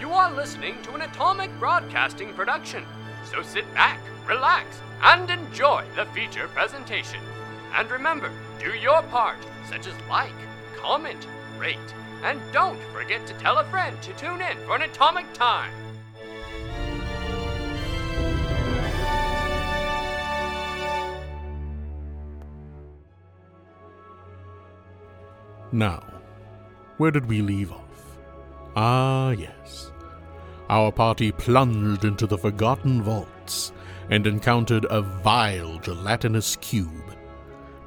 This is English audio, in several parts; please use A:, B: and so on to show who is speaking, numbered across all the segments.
A: now listening to an Atomic Broadcasting production. So sit back, relax, and enjoy the feature presentation. And remember, do your part, such as like, comment, rate, and don't forget to tell a friend to tune in for an Atomic Time.
B: Now, where did we leave off? Ah, yes. Our party plunged into the forgotten vaults and encountered a vile gelatinous cube,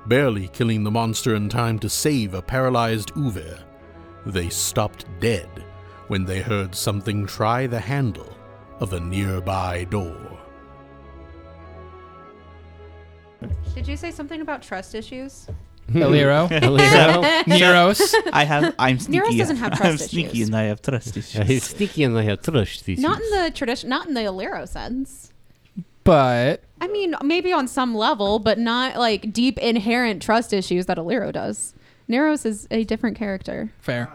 B: barely killing the monster in time to save a paralyzed Uver. They stopped dead when they heard something try the handle of a nearby door.
C: Did you say something about trust issues?
D: Eliro.
E: Eliro.
D: Neros.
E: I have. I'm sneaky.
C: doesn't have
E: I'm
C: trust
E: sneaky,
C: issues.
E: and I have trust
F: Yeah, he's
E: issues.
F: sneaky and I have trust these
C: Not in the tradition, not in the Alero sense.
D: But
C: I mean, maybe on some level, but not like deep inherent trust issues that Alero does. Neros is a different character.
D: fair.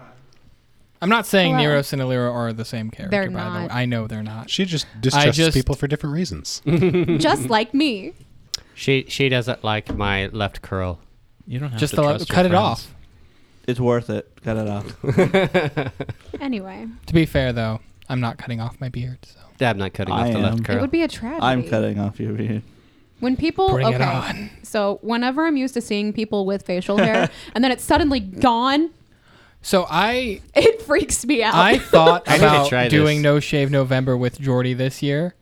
D: I'm not saying
C: Hello.
D: Neros and Eliro are the same character,
C: They're
D: by the way.
C: not.
D: I know they're not.
G: She just distrusts
D: just-
G: people for different reasons.
C: Just like me.
F: She she doesn't like my left curl.
E: You don't have
D: Just
E: to
D: the,
E: trust
D: cut
E: your
D: it
E: friends.
D: off.
E: It's worth it. Cut it off.
C: Anyway,
D: To be fair, though, I'm not cutting off my beard. So.
F: I'm not cutting
E: I
F: off the
E: am.
F: left
C: it
F: curl.
C: would be a tragedy.
E: I'm cutting off your beard.
C: When people
D: Bring it
C: okay,
D: on.
C: so whenever I'm used to seeing people with facial hair and then it's suddenly gone,
D: So I
C: it freaks me out.
D: I thought
F: I need to
D: about
F: try this.
D: doing No Shave November with Jordy this year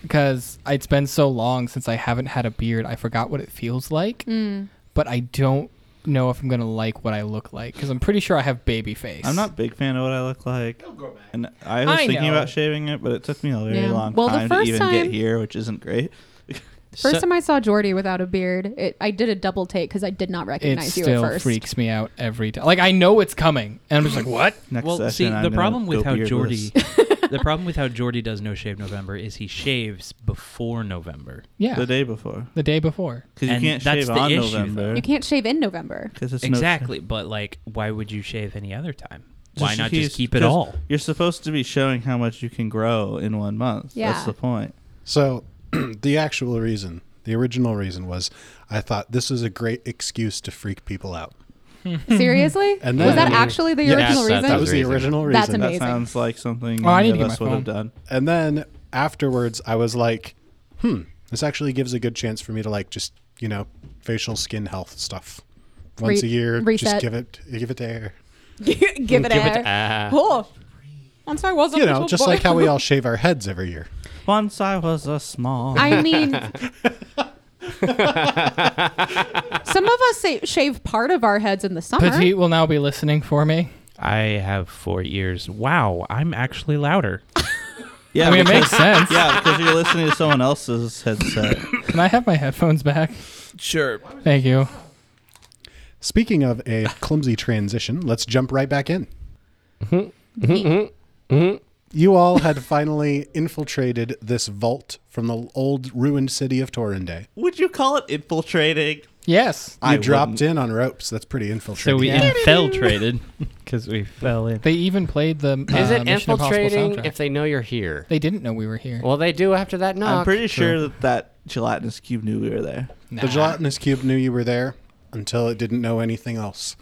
D: because it's been so long since I haven't had a beard. I forgot what it feels like,
C: Mm.
D: but I don't know if I'm gonna like what I look like because I'm pretty sure I have baby face.
E: I'm not a big fan of what I look like. And I was
D: I
E: thinking
D: know.
E: about shaving it, but it took me a very
C: Yeah.
E: long
C: Well, the
E: time to
C: first
E: even
C: time-
E: get here, which isn't great.
C: First
F: So-
C: time I saw Jordy without a beard, it, I did a double take because I did not
D: It
C: recognize you
D: still
C: at first.
D: freaks me out every time. Like I know it's coming, and I'm just like, what?
E: Next
H: well,
E: session,
H: see,
E: I'm
H: the
E: gonna
H: problem with
E: go
H: how Jordy,
E: beardless.
H: the problem with how Jordy does No Shave November is he shaves before November.
D: Yeah,
E: the day before,
D: the day before.
E: because you
H: And
E: can't shave
H: that's the
E: on
H: issue,
E: November.
C: You can't shave in November.
E: Because it's no-
H: exactly, but like, why would you shave any other time? Why not
E: he's-
H: just keep it
E: 'cause
H: all?
E: You're supposed to be showing how much you can grow in one month.
C: Yeah.
E: That's the point.
G: So, the actual reason, the original reason was I thought this is a great excuse to freak people out.
C: Mm-hmm. Seriously?
G: And
C: was that
G: then-
C: actually the
G: Yes,
C: original
F: that-
C: reason?
G: That was the
F: reason.
G: original reason.
C: That's amazing.
E: That sounds like something
D: Oh, I
E: any
D: need to
E: of
D: get
E: us
D: my
E: would have
D: phone.
E: done.
G: And then afterwards, I was like, hmm, this actually gives a good chance for me to like just, you know, facial skin health stuff. Once
C: Re-
G: a year,
C: reset.
G: just give it, give it to air.
C: Give it air.
F: Ah.
C: Oh, once I was a
G: You know,
C: little
G: just
C: boy.
G: like how we all shave our heads every year.
E: Once I was a small.
C: I mean, some of us say, shave part of our heads in the summer.
D: Petite will now be listening for me.
H: I have four ears. Wow, I'm actually louder.
E: yeah,
D: I mean, it
E: because-
D: makes sense.
E: yeah, because you're listening to someone else's headset.
D: Can I have my headphones back?
H: Sure.
D: Thank you.
G: Speaking of a clumsy transition, let's jump right back in. You all had finally infiltrated this vault from the old ruined city of Torrende.
E: Would you call it infiltrating?
D: Yes,
G: You
E: I
G: dropped
E: wouldn't.
G: in on ropes. That's pretty
H: So
G: infiltrating.
H: we
D: Yeah.
H: infiltrated because we fell in.
D: they even played the uh,
F: Is it
D: Mission Impossible
F: infiltrating
D: soundtrack.
F: if they know you're here?
D: They didn't know we were here.
F: Well, they do after that knock.
E: I'm pretty sure that that gelatinous cube knew we were there.
G: The gelatinous cube knew you were there until it didn't know anything else.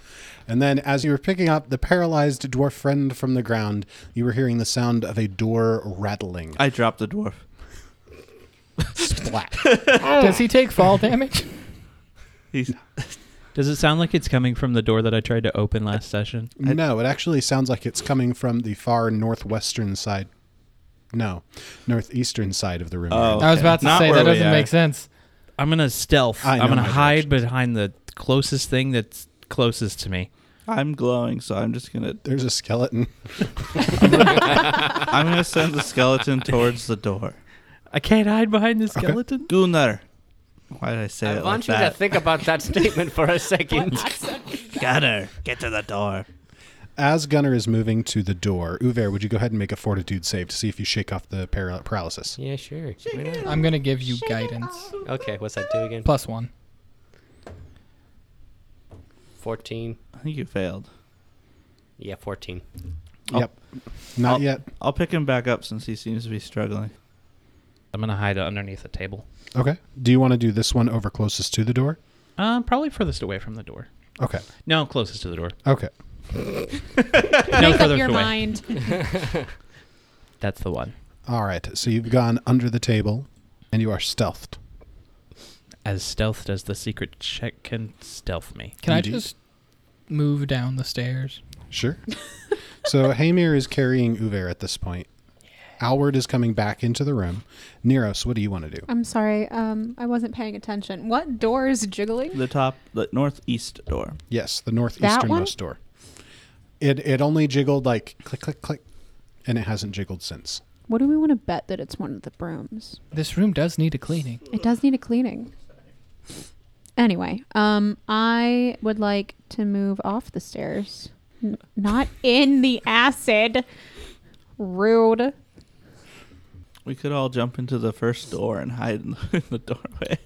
G: And then, as you were picking up the paralyzed dwarf friend from the ground, you were hearing the sound of a door rattling.
E: I dropped the dwarf.
G: Splat.
D: Does he take fall damage?
E: He's,
H: Does it sound like it's coming from the door that I tried to open last session?
G: no, it actually sounds like it's coming from the far northwestern side. No, northeastern side of the room.
E: Oh.
D: I was about to
E: Not
D: say
E: where
D: that
E: we
D: doesn't
E: are.
D: make sense.
H: I'm gonna stealth.
G: I know
H: I'm gonna
G: my
H: hide behind the closest thing that's closest to me.
E: I'm glowing, so I'm just gonna.
G: There's a skeleton.
E: I'm gonna send the skeleton towards the door.
H: I can't hide behind the skeleton.
E: Gunnar. Why did I say
F: I
E: it
F: want
E: like
F: you
E: that?
F: to think about that statement for a second.
E: Gunnar, get to the door.
G: As Gunnar is moving to the door, Uver, would you go ahead and make a fortitude save to see if you shake off the para- paralysis?
F: yeah, sure. Why not?
D: I'm gonna give you guidance
F: Okay, what's that do again?
D: plus one.
F: 14.
E: I think you failed.
F: Yeah, 14.
G: Yep. Not
E: I'll-
G: yet.
E: I'll pick him back up since he seems to be struggling.
H: I'm gonna hide underneath the table.
G: Okay. Do you want to do this one over closest to the door?
H: Um, probably furthest away from the door.
G: Okay.
H: No, closest to the door.
G: Okay.
H: No
C: Make up
H: further
C: your
H: away.
C: mind.
H: That's the one.
G: All right. So you've gone under the table and you are stealthed.
H: As stealth as the secret check can stealth me.
D: Can
G: Indeed.
D: I just move down the stairs?
G: Sure. so Hamir is carrying Uver at this point. Alward is coming back into the room. Neros, what do you want to do?
C: I'm sorry. Um, I wasn't paying attention. What door is jiggling?
E: The top, the northeast door.
G: Yes, the
C: That one?
G: northeasternmost door. It it only jiggled like click click click, and it hasn't jiggled since.
C: What do we want to bet that it's one of the brooms?
D: This room does need a cleaning.
C: It does need a cleaning. Anyway, um, I would like to move off the stairs, N- not in the acid. Rude.
E: We could all jump into the first door and hide in the, in the doorway.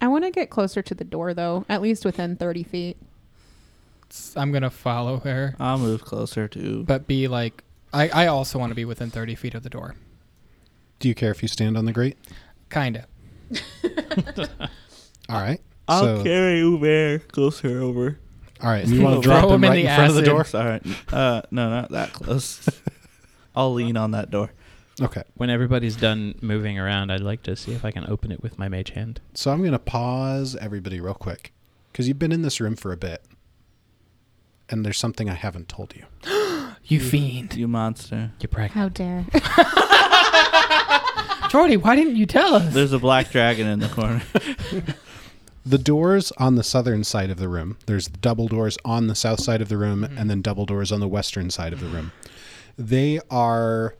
C: I want to get closer to the door, though, at least within 30 feet.
D: S- I'm gonna follow her,
E: I'll move closer to.
D: but be like, I, I also want to be within 30 feet of the door.
G: Do you care if you stand on the grate?
D: Kinda.
G: All right.
E: I'll
G: so,
E: carry Uber closer over.
G: all right, and you want to drop
D: Throw
G: them
D: him in
G: right in,
D: the
G: front of the door?
E: Door. All right. Uh, no, not that close. I'll lean on that door.
G: Okay.
H: When everybody's done moving around, I'd like to see if I can open it with my mage hand.
G: So I'm going to pause everybody real quick because you've been in this room for a bit, and there's something I haven't told you.
D: You fiend,
E: You monster.
H: You practice.
C: How dare.
D: Jordy. Why didn't you tell us?
E: There's a black dragon in the corner.
G: The doors on the southern side of the room, there's double doors on the south side of the room and then double doors on the western side of the room. They are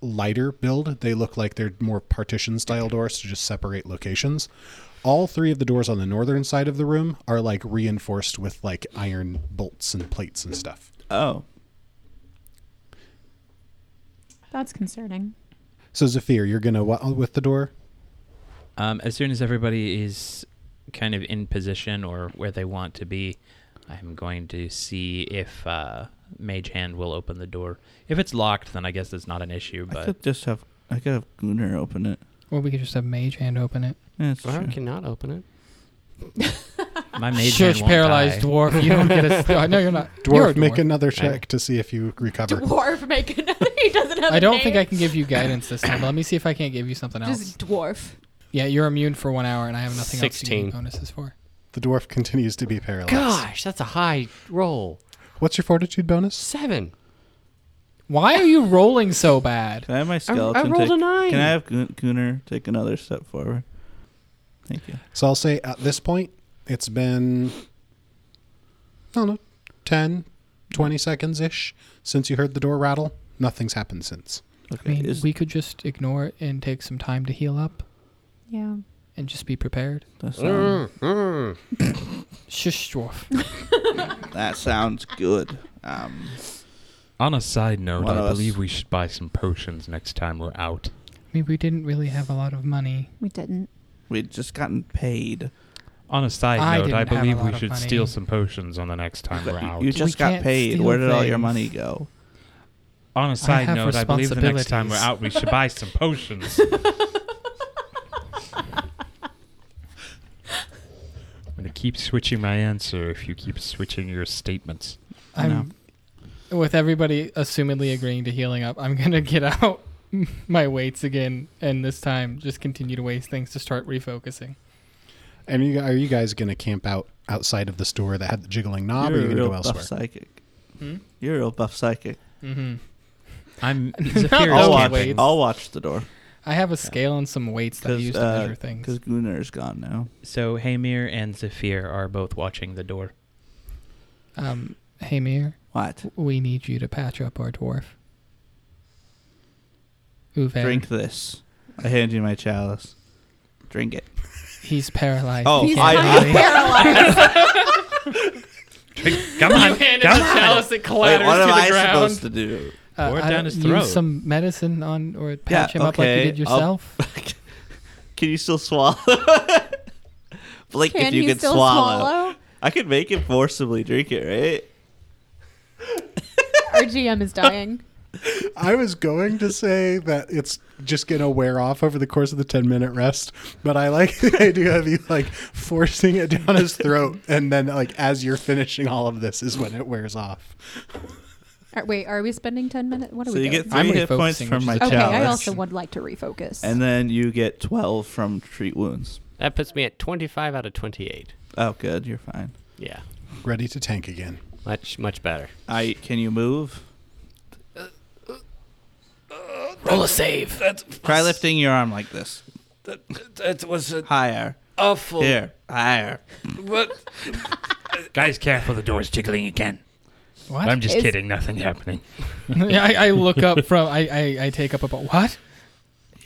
G: lighter build. They look like they're more partition style doors to just separate locations. All three of the doors on the northern side of the room are like reinforced with like iron bolts and plates and stuff.
E: Oh,
C: That's concerning.
G: So Zafir, you're gonna what with the door?
H: Um, as soon as everybody is kind of in position or where they want to be, I'm going to see if uh, mage hand will open the door. If it's locked, then I guess it's not an issue.
E: I
H: But
E: could just have. I could have Gunnar open it.
D: Well, we could just have mage hand open it.
E: Yeah, it's
F: Well, I
E: true.
F: cannot open it.
H: my mage hand
D: Shush,
H: won't
D: paralyzed
H: die.
D: dwarf. You don't get a. Oh, no, you're not. You're a
G: Dwarf, make another check to see if you recover.
C: Dwarf making He doesn't have
D: I don't think I can give you guidance this time. but Let me see if I can't give you something else.
C: Just dwarf.
D: Yeah, you're immune for one hour, and I have nothing else to give
F: 16.
D: you bonuses for.
G: The dwarf continues to be paralyzed.
F: Gosh, that's a high roll.
G: What's your fortitude bonus?
F: Seven.
D: Why are you rolling so bad?
E: Can I have my skeleton?
F: rolled a
E: take-
F: nine.
E: Can I have Gun- Gunnar take another step forward? Thank you.
G: So I'll say at this point, it's been, I don't know, 10, 20 seconds ish since you heard the door rattle. Nothing's happened since.
D: I
E: Okay.
D: mean,
E: is-
D: we could just ignore it and take some time to heal up
C: Yeah.
D: and just be prepared.
E: that, sound,
D: Shush, dwarf.
E: that sounds good. Um,
H: On a side note,
E: One of
H: I
E: us.
H: believe we should buy some potions next time we're out.
D: I mean, we didn't really have a lot of money.
C: We didn't.
E: we'd just gotten paid.
H: On a side
D: I
H: note,
D: didn't
H: I
D: have a
H: believe
D: lot
H: we
D: of
H: should
D: money.
H: steal some potions on the next time we're out.
E: You just got
D: can't
E: paid.
D: steal
E: Where did all your
D: things.
E: money go?
H: On a side
D: have
H: note, I believe the next time we're
D: responsibilities.
H: out, we should buy some potions. I'm gonna keep switching my answer if you keep switching your statements.
D: I'm, with everybody assumedly agreeing to healing up, I'm gonna get out my weights again, and this time just continue to waste things to start refocusing.
G: And you, are you guys going to camp out outside of this door that had the jiggling knob, or are
E: You're
G: you
E: a
G: going to
E: real
G: go
E: buff
G: elsewhere?
E: psychic. You're a real buff psychic.
D: Mm-hmm.
H: I'm
D: I'll
E: I'll
D: watch-
E: watch.
D: camping.
E: I'll watch the door
D: I have a scale and some weights that I
E: because
D: use to measure things.
E: Gunnar's gone now.
H: So Hamir and Zafir are both watching the door.
D: Um, hey, Mir,
E: What?
D: we need you to patch up our dwarf. Uve,
E: Drink this. I hand you my chalice. Drink it.
D: he's paralyzed.
E: Oh,
D: He
E: I-
D: can't
E: I-
D: breathe.
H: Come on, come on.
D: it
E: Wait, what am I supposed to do?
D: Uh,
H: Pour it
D: I
H: down
D: don't-
H: his
D: use
H: throat.
D: some medicine on or patch him up like
E: okay,
D: you did
E: I'll-
D: yourself.
E: Can you still swallow? Blink
C: Can
E: if you
C: he
E: can
C: still
E: swallow.
C: swallow?
E: I could make him forcibly drink it, right?
C: Are Our GM is dying.
G: I was going to say that it's just going to wear off over the course of the 10 minute rest, but I like the idea of you like forcing it down his throat and then like as you're finishing all of this is when it wears off.
C: Are- wait, are we spending ten minutes? What are
E: So
C: we
E: you
C: doing?
E: get
D: I'm
E: three hit points
D: refocusing,
E: from
D: which
E: my
D: is
C: okay, I
E: chalice,
C: also would like to refocus.
E: and then you get twelve from treat wounds.
F: That puts me at 25 out of 28.
E: Oh, good, you're fine.
F: Yeah.
G: Ready to tank again.
F: Much, much better.
E: I can you move?
I: Roll a save. That,
E: Try lifting your arm like this.
I: that, that was an
E: Higher.
F: Oh.
I: awful.
E: Here. Higher.
I: What? Guys, careful. The door's jiggling again.
D: What?
I: I'm just
C: Is-
I: kidding. Nothing happening.
D: Yeah, I, I look up from. I, I, I take up about what?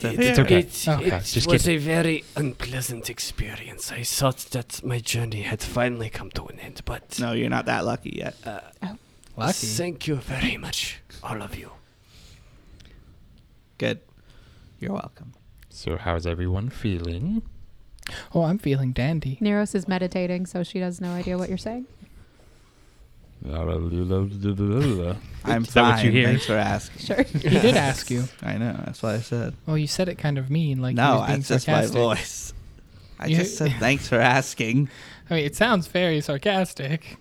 I: It's
F: okay.
I: It,
D: Okay,
I: it
F: just
I: was a very unpleasant experience. I thought that my journey had finally come to an end, but
E: No, you're not that lucky yet.
I: thank you very much, all of you.
E: Good. You're welcome.
H: So, how's everyone feeling?
D: Oh, I'm feeling dandy.
C: Neros is meditating, so she has no idea what you're saying.
H: Is
E: I'm
H: that
E: fine.
H: what you hear?
E: Thanks for asking.
C: Sure.
D: He did ask you.
E: I know. That's what I said.
D: Oh, you said it kind of mean, like he
E: no,
D: was being
E: that's just my
D: sarcastic.
E: voice. I
D: You-
E: just said thanks for asking.
D: I mean, it sounds very sarcastic.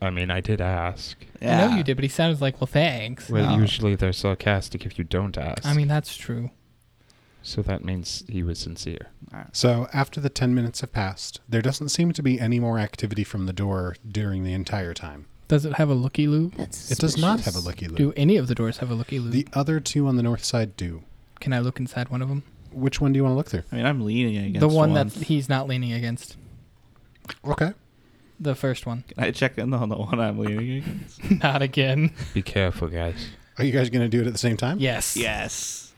H: I mean, I did ask.
E: Yeah.
D: I know you did, but he sounded like, well, thanks.
H: Well,
E: No.
H: usually they're sarcastic if you don't ask.
D: I mean, that's true.
H: so that means he was sincere.
G: So after the 10 minutes have passed, there doesn't seem to be any more activity from the door during the entire time.
D: Does it have a looky loo?
C: That's
G: It does not have a looky
D: Do
G: loo.
D: any of the doors have a looky loo?
G: The other two on the north side do.
D: Can I look inside one of them?
G: Which one do you want to look through?
E: I mean, I'm leaning against
D: the one, that he's not leaning against.
G: Okay.
D: The first one.
E: Can I check in on the one I'm leaning against?
D: not again.
H: Be careful, guys.
G: Are you guys going to do it at the same time?
D: Yes.
E: yes.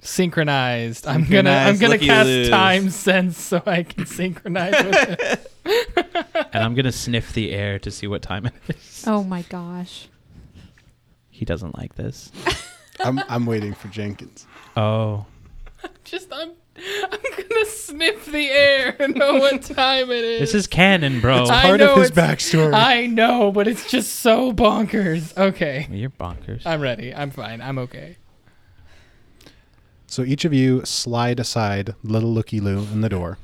D: Synchronized. I'm gonna. I'm
E: Synchronized
D: gonna cast
E: looky-loos.
D: time sense so I can synchronize with it.
H: and I'm gonna sniff the air to see what time it is.
C: Oh my gosh.
H: He doesn't like this.
G: I'm, I'm waiting for Jenkins.
H: Oh,
D: Just I'm. I'm gonna sniff the air and know what time it is.
H: this is canon, bro.
D: I
G: Part
D: know
G: of his
D: it's-
G: backstory.
D: I know, but it's just so bonkers. Okay.
H: You're bonkers.
D: I'm ready. I'm fine. I'm okay.
G: So each of you slide aside little looky loo in the door.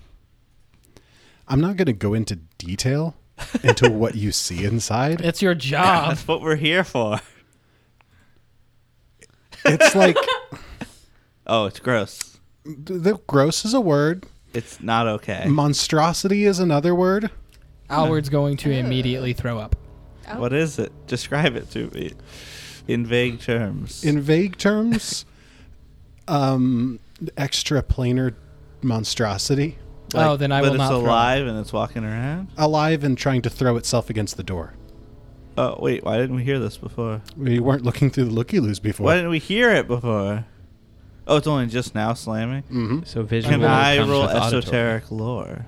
G: I'm not going to go into detail into what you see inside.
D: It's your job.
E: That's what we're here for.
G: It's like
E: Oh, it's gross.
G: the gross is a word,
E: It's not okay.
H: Mm.
G: monstrosity is another word.
D: Alward's going to immediately throw up. Oh.
E: What is it? Describe it to me in vague terms.
G: In vague terms, um extra planar monstrosity
D: oh, then I
E: but
D: will not
E: it's
D: throw up.
E: alive and it's walking around.
G: alive and trying to throw itself against the door.
E: Oh wait, why didn't we hear this before?
G: We weren't looking through the looky loos before.
E: Why didn't we hear it before? Oh, it's only just now slamming.
H: so visual.
E: Can I
H: Mm. comes
E: roll
H: with auditory.
E: esoteric lore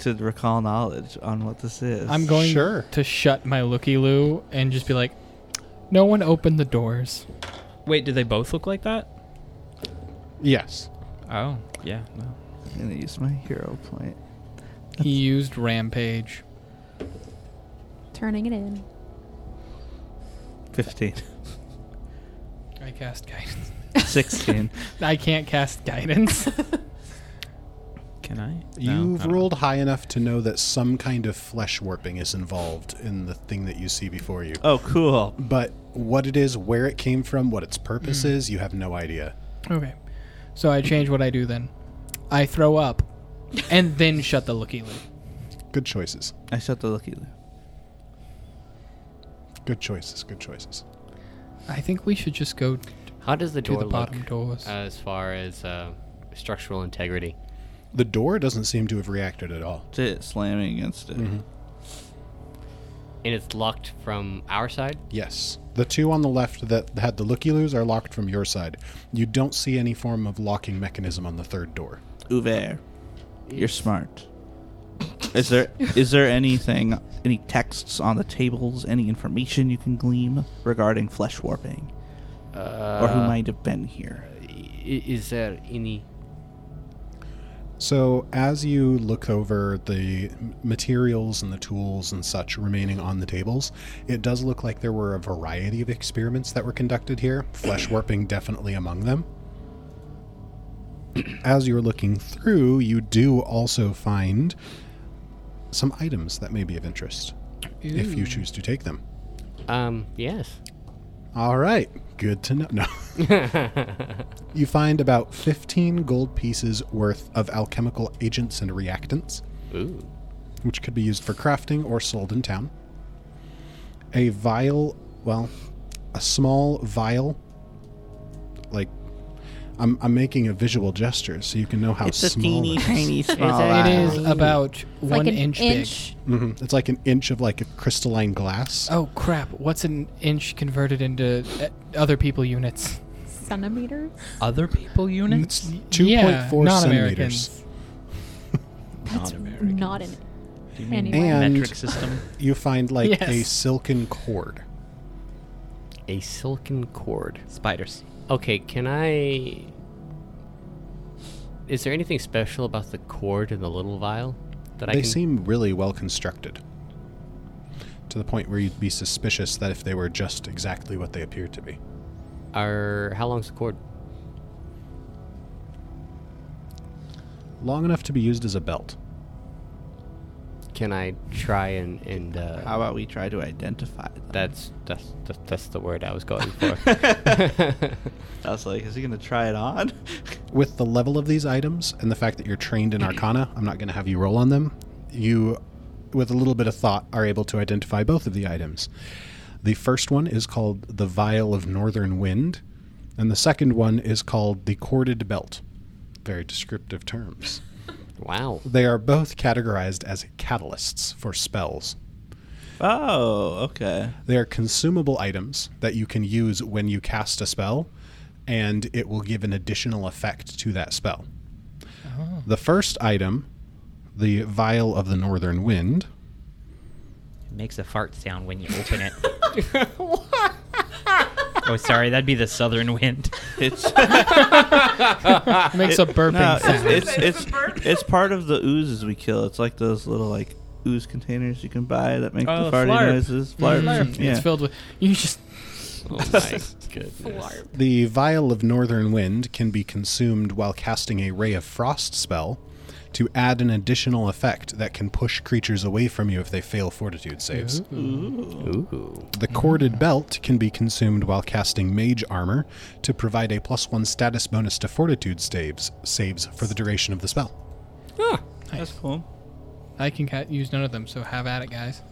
E: to recall knowledge on what this is?
D: I'm going
G: Sure.
D: to shut my looky loo and just be like, no one opened the doors.
H: Wait, do they both look like that?
G: Yes.
H: Oh, yeah. No.
E: I'm gonna use my hero point.
D: He used rampage.
C: Turning it in.
E: Fifteen.
D: I cast guidance.
E: Sixteen.
D: I can't cast guidance.
H: Can I?
G: You've
H: I don't
G: rolled high enough to know that some kind of flesh warping is involved in the thing that you see before you.
E: oh, cool.
G: But what it is, where it came from, what its purpose
D: Mm.
G: is, you have no idea.
D: okay. So I change what I do then. I throw up and then shut the looky loo.
G: Good choices.
E: I shut the looky loo.
G: Good choices. Good choices.
D: I think we should just go
F: How does the
D: to
F: door
D: the
F: look
D: bottom doors.
F: as far as uh, structural integrity?
G: The door doesn't seem to have reacted at all.
E: It's it slamming against it.
H: Mm-hmm.
F: And it's locked from our side?
G: Yes. The two on the left that had the looky loos are locked from your side. You don't see any form of locking mechanism on the third door.
E: Uver, you're smart. Is there is there anything any texts on the tables, any information you can glean regarding flesh warping? Uh, or who might have been here?
F: I- is there any
G: So, as you look over the m- materials and the tools and such remaining on the tables, it does look like there were a variety of experiments that were conducted here, flesh warping definitely among them. As you're looking through, you do also find some items that may be of interest if you choose to take them.
F: Um, yes.
G: All right. Good to know. No. you find about 15 gold pieces worth of alchemical agents and reactants,
F: Ooh.
G: which could be used for crafting or sold in town. A vial, well, a small vial. Like, I'm, I'm making a visual gesture so you can know how
E: It's a
G: small
E: teeny
G: it is.
E: tiny small.
D: It is
E: island.
D: about
C: It's
D: one
C: like an
D: inch,
C: inch.
G: Mhm. It's like an inch of like a crystalline glass.
D: big. Oh crap! What's an inch converted into uh, other people units?
C: Centimeters?
H: Other people units?
G: It's 2.4
D: yeah,
G: centimeters.
D: non-Americans.
C: That's
H: Non-Americans.
C: not an
H: Do you mean
C: anyway.
G: And-
H: metric system?
G: You find like a
D: Yes.
G: silken cord.
F: A silken cord.
H: Spiders.
F: Okay, can I. Is there anything special about the cord and the little vial that I
G: they
F: can.
G: seem really well constructed to the point where you'd be suspicious that if they were just exactly what they appear to be
F: Are, how long's the cord?
G: long enough to be used as a belt
F: Can I try and. and uh,
E: How about we try to identify them?
F: That's, that's that's that's the word I was going for.
E: I was like, is he gonna try it on?
G: with the level of these items and the fact that you're trained in arcana i'm not going to have you roll on them you with a little bit of thought are able to identify both of the items the first one is called the vial of northern wind and the second one is called the corded belt very descriptive terms
F: wow.
G: they are both categorized as catalysts for spells
E: oh, okay.
G: They are consumable items that you can use when you cast a spell, and it will give an additional effect to that spell. The first item, the Vial of the Northern Wind,
H: It makes a fart sound when you open it. oh, sorry, that'd be the southern wind.
E: It's
D: It makes a burping
E: no,
D: sound.
E: it's it's, it's it's part of the oozes we kill. It's like those little like ooze containers you can buy that make
H: Oh,
E: the farty
H: flarp.
E: noises. Flarp.
D: Mm,
E: Yeah.
D: It's filled with. You just
F: Oh my goodness.
G: The vial of northern wind can be consumed while casting a ray of frost spell to add an additional effect that can push creatures away from you if they fail fortitude saves. The corded belt can be consumed while casting mage armor to provide a plus one status bonus to fortitude saves saves for the duration of the spell.
E: That's cool.
D: I can ca- use none of them, so have at it, guys.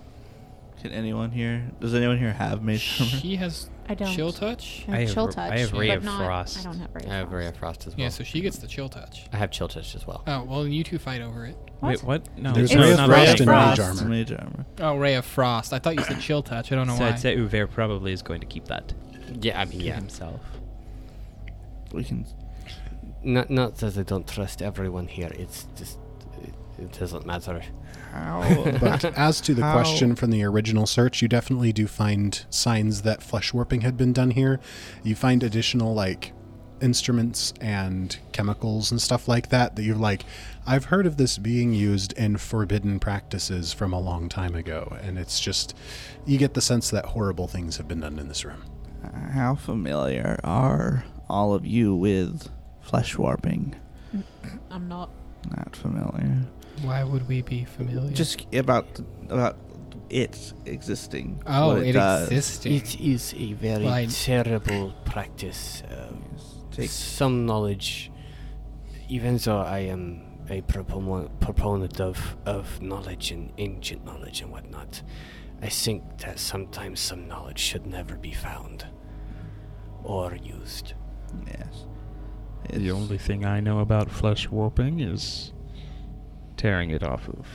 E: Can anyone here? Does anyone here have mage armor?
D: She has
C: I don't.
D: chill touch.
C: I
H: I
C: have
H: have
C: chill
H: r-
C: touch.
H: I have Ray
C: but
H: of
C: not- I
H: Frost.
C: don't have Ray of
F: I have
C: Frost.
F: Ray of Frost as well.
D: Yeah, so she gets the chill touch.
F: I have chill touch as well.
D: Oh well, you two fight over it.
H: Wait, what? No,
G: There's
H: no,
G: Ray of
H: not
G: Frost
H: right.
G: and
C: Frost.
G: mage armor.
E: Mage armor.
D: Oh, ray of frost. I thought you said chill touch. I don't know
H: So
D: why.
H: I'd say Uver probably is going to keep that
F: Yeah, I mean, yeah.
H: himself.
E: We can.
I: Not, not that I don't trust everyone here. It's just, it, it doesn't matter.
E: How?
G: But as to the
E: How-
G: question from the original search, you definitely do find signs that flesh warping had been done here. You find additional like instruments and chemicals and stuff like that that you're like, I've heard of this being used in forbidden practices from a long time ago, and it's just you get the sense that horrible things have been done in this room.
E: how familiar are all of you with flesh warping?
C: I'm not.
E: Not familiar.
D: why would we be familiar?
E: Just about about it existing.
D: oh,
E: what
D: it,
E: does.
D: existed.
I: It is a very
D: Right.
I: terrible practice. Uh,
E: Takes
I: some knowledge, even though I am a propon- proponent of, of knowledge and ancient knowledge and whatnot, I think that sometimes some knowledge should never be found or used.
E: Yes.
J: The
E: It's-
J: only thing I know about flesh warping is tearing it off of.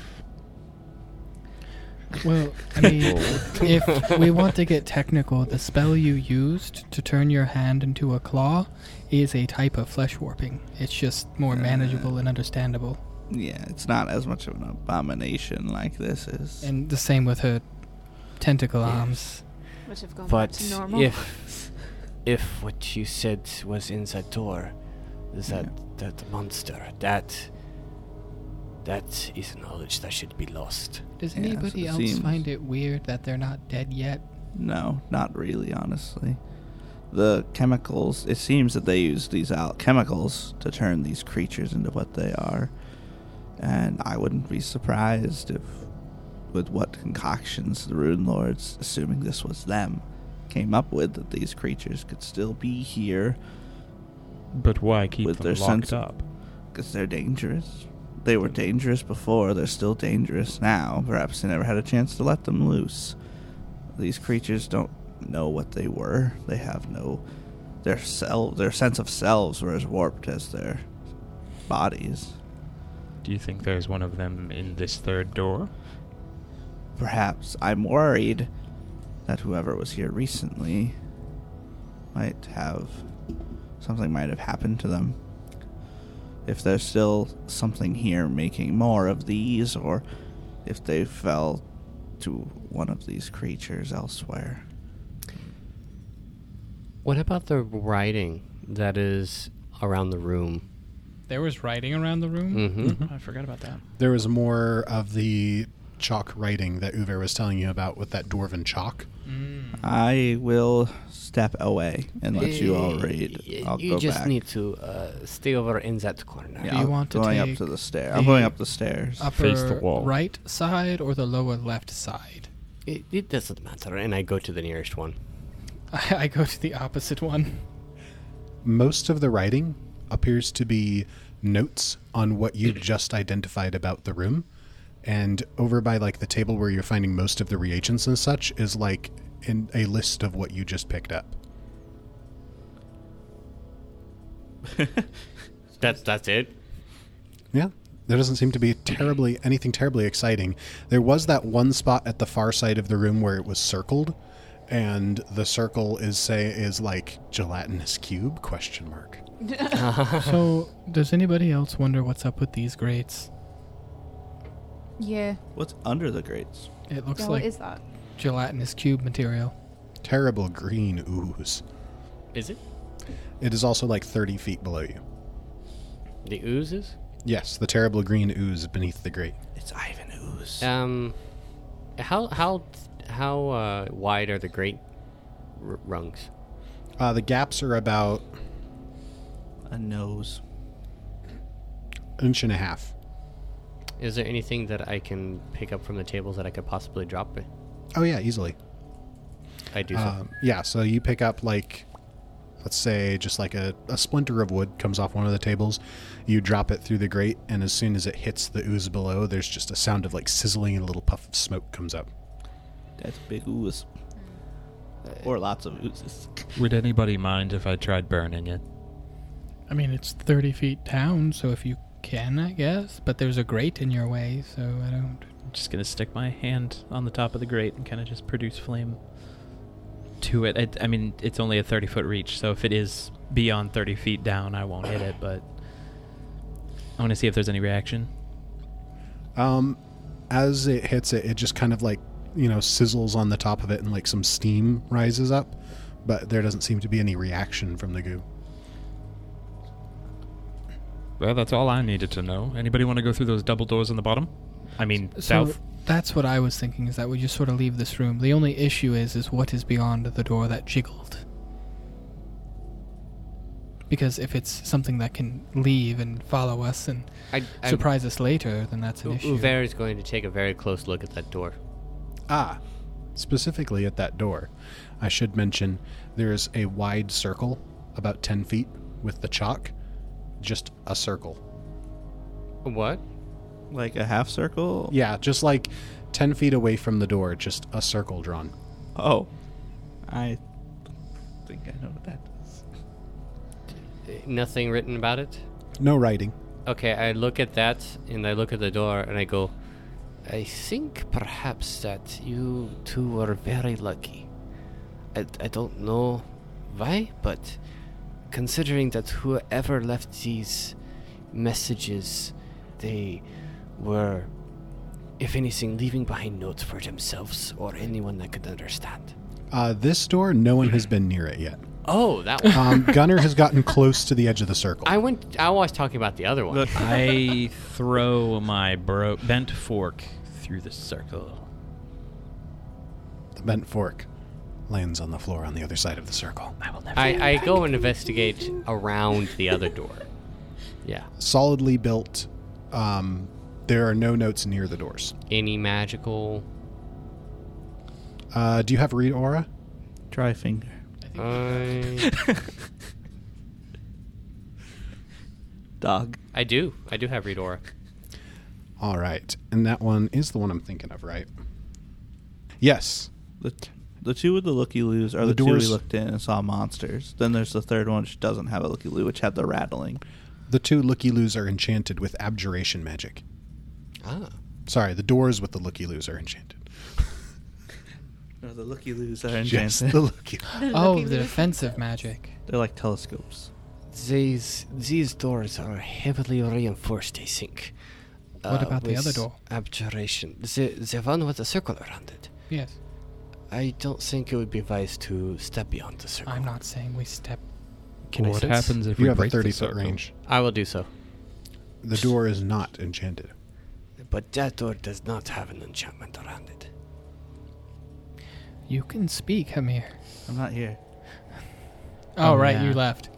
D: Well, I mean, if we want to get technical, the spell you used to turn your hand into a claw is a type of flesh warping. It's just more manageable and understandable.
E: Yeah, it's not as much of an abomination like this is.
D: And the same with her tentacle arms.
C: Which have gone back
I: But
C: to normal.
I: if if what you said was in that door, that that monster, that That is knowledge that should be lost.
D: Does
E: Yeah, that's
D: anybody
E: what it
D: else
E: seems.
D: find it weird that they're not dead yet?
E: No, not really, honestly. The chemicals, it seems that they use these al- chemicals to turn these creatures into what they are. And I wouldn't be surprised if, with what concoctions the Rune Lords, assuming this was them, came up with, that these creatures could still be here
J: But why keep
E: With
J: them
E: their
J: locked
E: sense-
J: up?
E: because they're dangerous. They were dangerous before, they're still dangerous now. Perhaps they never had a chance to let them loose. These creatures don't know what they were. They have no their self their sense of selves were as warped as their bodies.
J: Do you think there's one of them in this third door?
E: Perhaps I'm worried that whoever was here recently might have something might have happened to them. If there's still something here making more of these, or if they fell to one of these creatures elsewhere.
F: What about the writing that is around the room?
D: There was writing around the room.
F: Mm-hmm.
D: I forgot about that.
G: There was more of the chalk writing that Uver was telling you about with that dwarven chalk.
E: I will step away and let you all read. I'll
I: Eh, you
E: go
I: just
E: back.
I: need to uh, stay over in that corner.
E: Yeah,
D: Do you
E: I'm
D: want to
E: going up
D: take
E: to the stair? I'm
D: the
E: going up the stairs.
D: Upper
J: Face the wall.
D: right side or the lower left side?
I: It, it doesn't matter, and I go to the nearest one.
D: I, I go to the opposite one.
G: Most of the writing appears to be notes on what you just identified about the room. And over by like the table where you're finding most of the reagents and such is like in a list of what you just picked up.
I: That's that's it.
G: Yeah. There doesn't seem to be terribly anything terribly exciting. There was that one spot at the far side of the room where it was circled, and the circle is say is like gelatinous cube question mark.
D: so, does anybody else wonder what's up with these grates?
C: Yeah.
E: What's under the grates?
D: It looks
C: Yeah,
D: like
C: what is that?
D: gelatinous cube material.
G: Terrible green ooze.
F: Is it?
G: It is also like thirty feet below you.
I: The oozes.
G: Yes, the terrible green ooze beneath the grate.
E: It's Ivan Ooze.
F: Um, how how how uh, wide are the great r- rungs?
G: Uh, the gaps are about
E: A nose.
G: inch and a half.
F: Is there anything that I can pick up from the tables that I could possibly drop? it?
G: Oh yeah, easily.
F: I do
D: Uh,
F: so.
G: Um, yeah, so you pick up like, let's say, just like a, a splinter of wood comes off one of the tables. You drop it through the grate, and as soon as it hits the ooze below, there's just a sound of like sizzling and a little puff of smoke comes up.
E: That's a big ooze. Or lots of oozes.
J: Would anybody mind if I tried burning it?
D: I mean, it's 30 feet down, so if you can, I guess. But there's a grate in your way, so I don't.
H: I'm just gonna stick my hand on the top of the grate and kind of just produce flame to it. I, I mean, it's only a 30 foot reach, so if it is beyond 30 feet down, I won't hit it. But I want to see if there's any reaction.
G: Um, as it hits it, it just kind of like you know sizzles on the top of it, and like some steam rises up, but there doesn't seem to be any reaction from the goo.
J: Well, that's all I needed to know. Anybody want to go through those double doors on the bottom? I mean, south.
D: So that's what I was thinking, is that we just sort of leave this room. The only issue is, is what is beyond the door that jiggled. Because if it's something that can leave and follow us and
F: I, I,
D: surprise us later, then that's an
F: U-
D: issue.
F: Uver is going to take a very close look at that door.
G: Ah, specifically at that door. I should mention there is a wide circle, about 10 feet, with the chalk. Just a circle.
F: What?
E: Like a half circle?
G: Yeah, just like 10 feet away from the door, just a circle drawn.
E: Oh. I think I know what that is.
F: Nothing written about it.
G: No writing.
F: Okay, I look at that and I look at the door and I go,
I: I think perhaps that you two were very lucky. I, I don't know why, but considering that whoever left these messages, they were, if anything, leaving behind notes for themselves or anyone that could understand.
G: Uh, this door, no one has been near it yet.
F: Oh, that one.
G: Um, Gunner has gotten close to the edge of the circle.
F: I went. I was talking about the other one.
H: I throw my bro- bent fork through the circle.
G: The bent fork lands on the floor on the other side of the circle.
H: I will never.
F: I, I go and investigate around the other door. Yeah.
G: Solidly built. Um, there are no notes near the doors.
F: Any magical?
G: Uh, do you have read aura?
E: Dry finger.
F: I,
E: Dog.
F: I do. I do have read aura.
G: All right, and that one is the one I'm thinking of, right? Yes.
E: The, the two with the looky loos are
G: The
E: the, two we
G: doors-
E: looked in and saw monsters. Then there's the third one which doesn't have a looky loo, which had the rattling.
G: The two looky loos are enchanted with abjuration magic.
F: Ah.
G: Sorry, the doors with the looky loos are enchanted.
E: No, the looky loos are
G: Just
E: enchanted.
G: the looky.
D: Oh, the defensive magic.
E: They're like telescopes.
I: These these doors are heavily reinforced. I think.
D: What about the other
I: with
D: door?
I: Abjuration. The the one with the circle around it.
D: Yes.
I: I don't think it would be wise to step beyond the circle.
D: I'm not saying we step.
I: Can I
J: what
I: sense?
J: happens if
G: You
J: we
G: have a
J: break the
G: 30 foot
J: circle?
G: range.
F: I will do so.
G: The door is not enchanted.
I: But that door does not have an enchantment around it.
D: You can speak, Hamir.
E: I'm not here.
D: Oh,
H: Oh,
D: right,
H: yeah.
D: you left.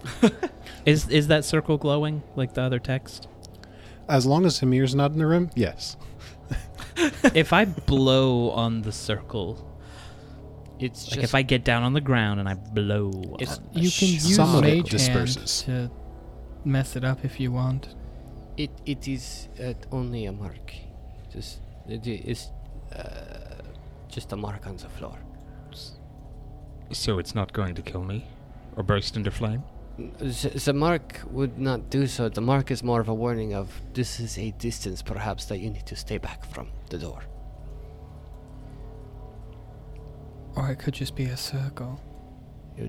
H: Is is that circle glowing like the other text?
G: As long as Hamir's not in the room, yes.
H: if I blow on the circle,
F: It's
H: like
F: just
H: if I get down on the ground and I blow,
F: It's-
H: on the
D: You can
H: sh-
D: use
G: Some of it
D: mage hand
G: disperses.
D: to mess it up if you want.
I: It it is uh, only a mark. Just it is uh, just a mark on the floor.
J: So it's not going to kill me or burst into flame?
I: The, the mark would not do so. The mark is more of a warning of this is a distance, perhaps that you need to stay back from the door.
D: Or it could just be a circle.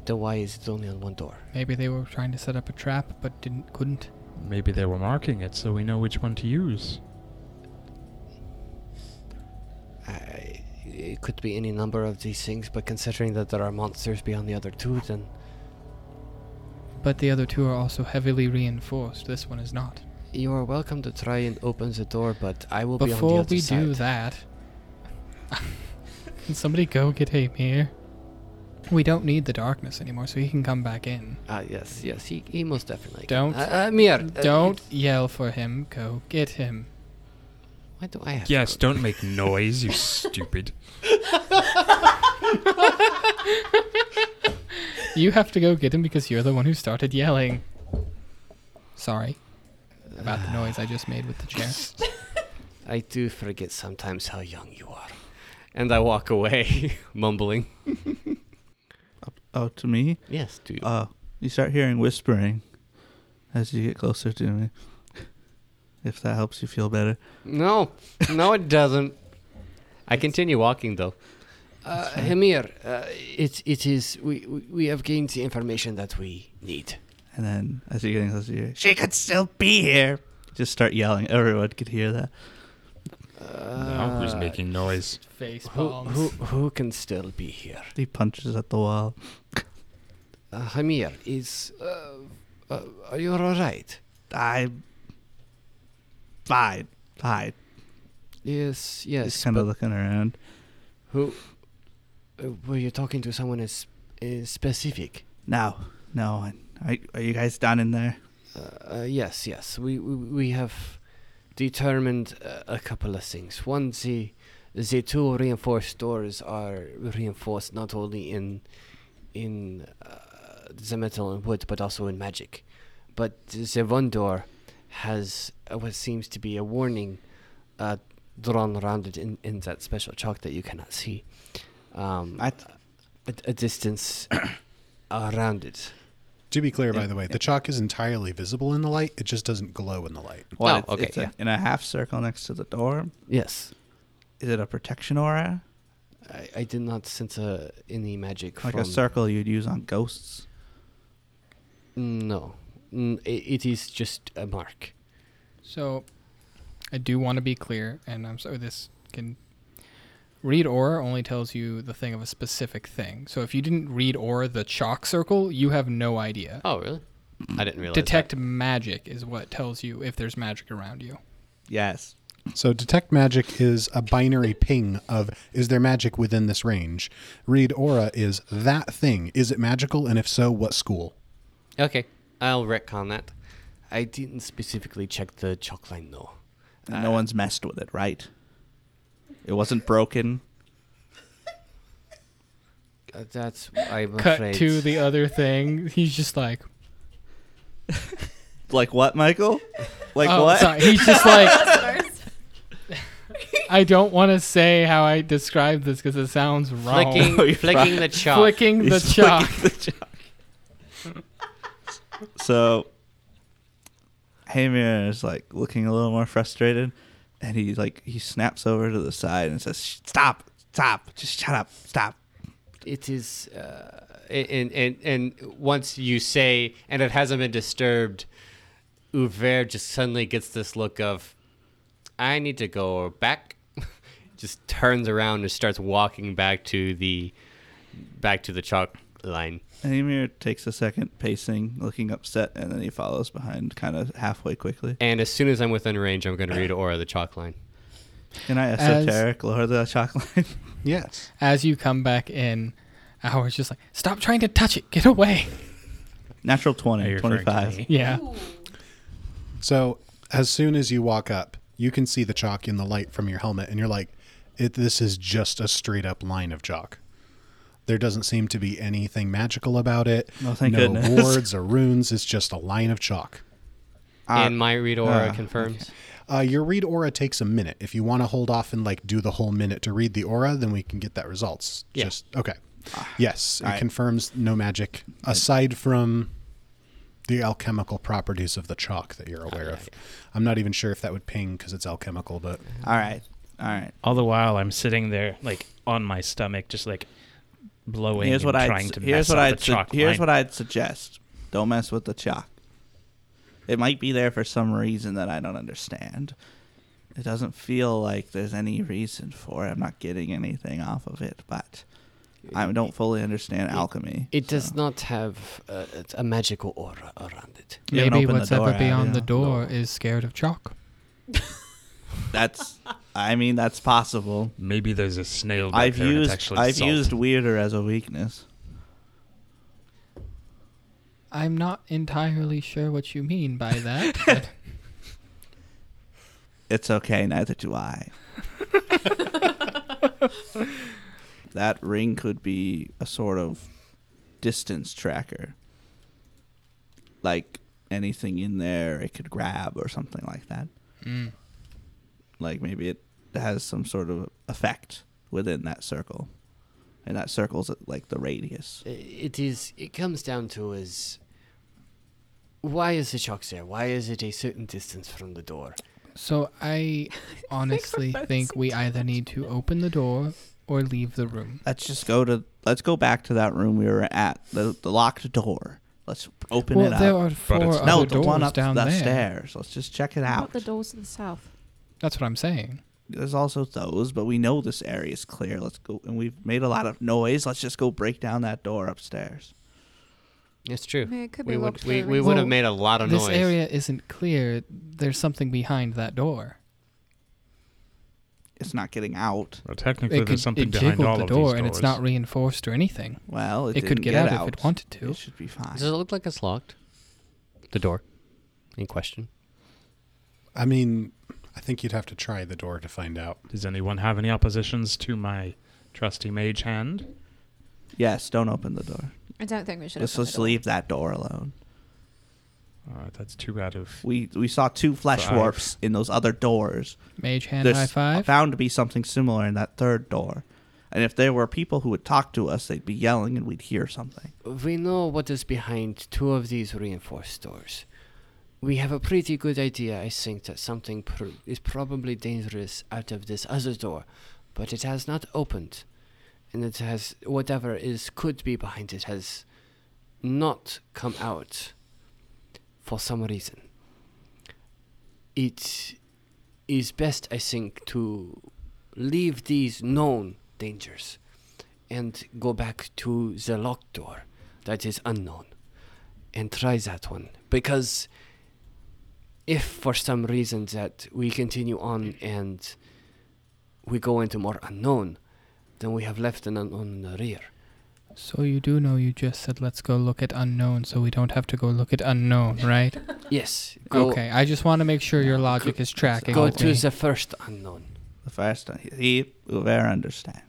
I: The why is it only on one door?
D: Maybe they were trying to set up a trap but didn't couldn't.
J: Maybe they were marking it so we know which one to use.
I: I, it could be any number of these things, but considering that there are monsters beyond the other two, then
D: But the other two are also heavily reinforced. This one is not.
I: you are welcome to try and open the door. But I will be on the
D: Before
I: other
D: we
I: side.
D: do that, can somebody go get Hamir? We don't need the darkness anymore, so he can come back in.
I: Ah, yes, yes, he, he most definitely.
D: Don't-
I: Can. Uh, Amir, uh,
D: Don't yell for him. Go get him.
I: Why do I have? to
J: Yes,
I: go?
J: don't make noise, you stupid.
D: You have to go get him because you're the one who started yelling. Sorry about the noise I just made with the chair.
I: I do forget sometimes how young you are. And I walk away, mumbling.
E: Oh, to me?
I: Yes, do you?
E: Uh, you start hearing whispering as you get closer to me. If that helps you feel better.
I: no, no, it doesn't. I continue walking though. Uh, Hamir, uh, it it is. We, we we have gained the information that we need.
E: And then as you're getting closer, you hear, she could still be here. Just start yelling. Everyone could hear that.
J: now who's
I: Uh,
J: making noise?
D: Face
I: Who, who who can still be here?
E: He punches at the wall.
I: Uh, Hamir is. Uh, uh, are you all right?
E: I'm fine. Fine.
I: Yes,
E: Just
I: yes.
E: kind
I: but-
E: of looking around.
I: Who? Uh, were you talking to someone as uh, specific?
E: No, no. one. Are, are you guys done in there?
I: Uh, uh, yes, yes. We, we we have determined uh, a couple of things. One, the the two reinforced doors are reinforced not only in in uh, the metal and wood, but also in magic. But the one door has uh, what seems to be a warning uh, drawn around it in, in that special chalk that you cannot see. Um,
E: I
I: a, a distance around it.
G: To be clear, by the way, the chalk is entirely visible in the light. It just doesn't glow in the light.
E: Well,
F: Oh,
E: it's,
F: okay,
E: it's a-
F: yeah.
E: in a half circle next to the door.
I: Yes.
E: Is it a protection aura?
I: I, I did not sense uh, any magic
E: Like
I: from
E: a circle you'd use on ghosts?
I: No, N- i- it is just a mark.
D: So, I do want to be clear, and I'm sorry this can. Read Aura only tells you the thing of a specific thing. So if you didn't read Aura, the chalk circle, you have no idea.
F: Oh, really? I didn't realize. that.
D: Detect magic is what tells you if there's magic around you.
E: Yes.
G: So detect magic is a binary ping of is there magic within this range? Read aura is that thing. Is it magical? And if so, what school?
F: Okay, I'll retcon that.
I: I didn't specifically check the chalk line though.
E: And
H: Uh,
E: no one's messed with it, right? It wasn't broken.
I: Uh, that's I'm
D: Cut
I: afraid.
D: to the uh, other thing. He's just like,
E: Like what, Michael? Like
D: oh,
E: what?
D: sorry. He's just like, I don't want to say how I describe this because it sounds wrong.
F: Flicking,
E: Oh, you're
F: flicking
E: fine.
F: the chalk.
D: Flicking the
E: He's
D: chalk.
E: flicking the chalk. so Hamir is like looking a little more frustrated and he like he snaps over to the side and says stop stop just shut up stop
F: It is, uh, and and and once you say, and it hasn't been disturbed, Uver just suddenly gets this look of, I need to go back. just turns around and starts walking back to the, back to the chalk line.
E: and Hamir takes a second pacing looking upset and then he follows behind kind of halfway quickly
F: And as soon as I'm within range, I'm going to read Aura the chalk line.
E: can I
D: As-
E: esoteric lower the chalk line
G: Yes.
D: As you come back in, Howard's just like, stop trying to touch it. Get away.
E: natural
H: Are
E: 20
H: you referring to
E: 25
H: me?
D: Yeah.
G: So as soon as you walk up, you can see the chalk in the light from your helmet, and you're like, it, this is just a straight up line of chalk. There doesn't seem to be anything magical about it.
E: No, Oh, thank
G: no
E: goodness.
G: words or runes. It's just a line of chalk.
F: and my read Aura
E: ah,
F: confirms.
G: Uh, your read aura takes a minute. If you want to hold off and like do the whole minute to read the aura, then we can get that results.
F: Yeah.
G: Just okay. Yes, it
E: Alright.
G: confirms no magic aside from the alchemical properties of the chalk that you're aware of. I'm not even sure if that would ping because it's alchemical, but
E: all right all right
H: All the while, I'm sitting there, like on my stomach, just like blowing
E: here's
H: and
E: what
H: trying
E: I'd,
H: to
E: here's
H: mess
E: what
H: up
E: I'd
H: the
E: su-
H: chalk
E: here's
H: line.
E: what I'd suggest. Don't mess with the chalk. It might be there for some reason that I don't understand. It doesn't feel like there's any reason for it. I'm not getting anything off of it, but I don't fully understand alchemy.
I: It does not have uh, it's a magical aura around it.
E: You haven't
D: Maybe
E: opened the
D: what's ever
E: door,
D: beyond
E: have
D: the
E: you?
D: door is scared of chalk.
E: That's I mean that's possible.
J: Maybe there's a snail. back
E: I've
J: there and it's
E: used
J: actually
E: I've
J: salt.
E: used weirder as a weakness.
D: I'm not entirely sure what you mean by that. but
E: It's okay, neither do I. that ring could be a sort of distance tracker. Like anything in there it could grab or something like that.
D: mm.
E: Like maybe it has some sort of effect within that circle. And that circle's at, like the radius.
I: It is. It comes down to is why is the chalk there? Why is it a certain distance from the door?
D: so I honestly think we either need to open the door or leave the room.
E: Let's just go to let's go back to that room we were at, the the locked door. Let's open
D: well,
E: it up.
D: there are four
J: it's-
D: other
E: no, the
D: doors
E: one up
D: down
E: the
D: there.
E: stairs. Let's just check it
C: What
E: out.
C: about the doors to the south?
D: That's what I'm saying.
E: there's also those, but we know this area is clear. Let's go, and we've made a lot of noise. Let's just go break down that door upstairs.
F: It's true.
C: I mean, it could
F: we
C: be
F: would
C: locked
F: we,
C: for a
F: we would have
D: reason.
F: made a lot of
D: this
F: noise.
D: area isn't clear. There's something behind that door.
E: It's not getting out.
J: Well, technically, there's something
D: it
J: behind
D: jiggled
J: all
D: the
J: of
D: door,
J: these
D: and it's
J: doors.
D: not reinforced or anything.
E: Well, it,
D: It could
E: didn't
D: get out if it wanted to.
E: It should be fine.
F: Does it look like it's locked? The door. In question.
G: I mean, I think you'd have to try the door to find out.
J: Does anyone have any oppositions to my trusty mage hand?
E: Yes, don't open the door.
C: I don't think we should.
E: Let's
C: open the
E: just
C: door.
E: leave that door alone.
J: Uh, that's two out of.
E: We we saw two flesh
J: Five.
E: warps in those other doors.
D: Mage hand high
E: There's
D: five.
E: found to be something similar in that third door. And if there were people who would talk to us, they'd be yelling and we'd hear something.
I: We know what is behind two of these reinforced doors. We have a pretty good idea, I think, that something pr- is probably dangerous out of this other door, but it has not opened, and it has whatever is could be behind it has not come out for some reason. It is best, I think, to leave these known dangers and go back to the locked door that is unknown and try that one because if for some reason that we continue on and we go into more unknown then we have left an unknown in the rear
D: So you do know you just said let's go look at unknown, so we don't have to go look at unknown, right?
I: yes go,
D: okay, I just want to make sure your logic is tracking.
I: go
D: with
I: to
D: me.
I: the first unknown
E: The first time he Uver understands.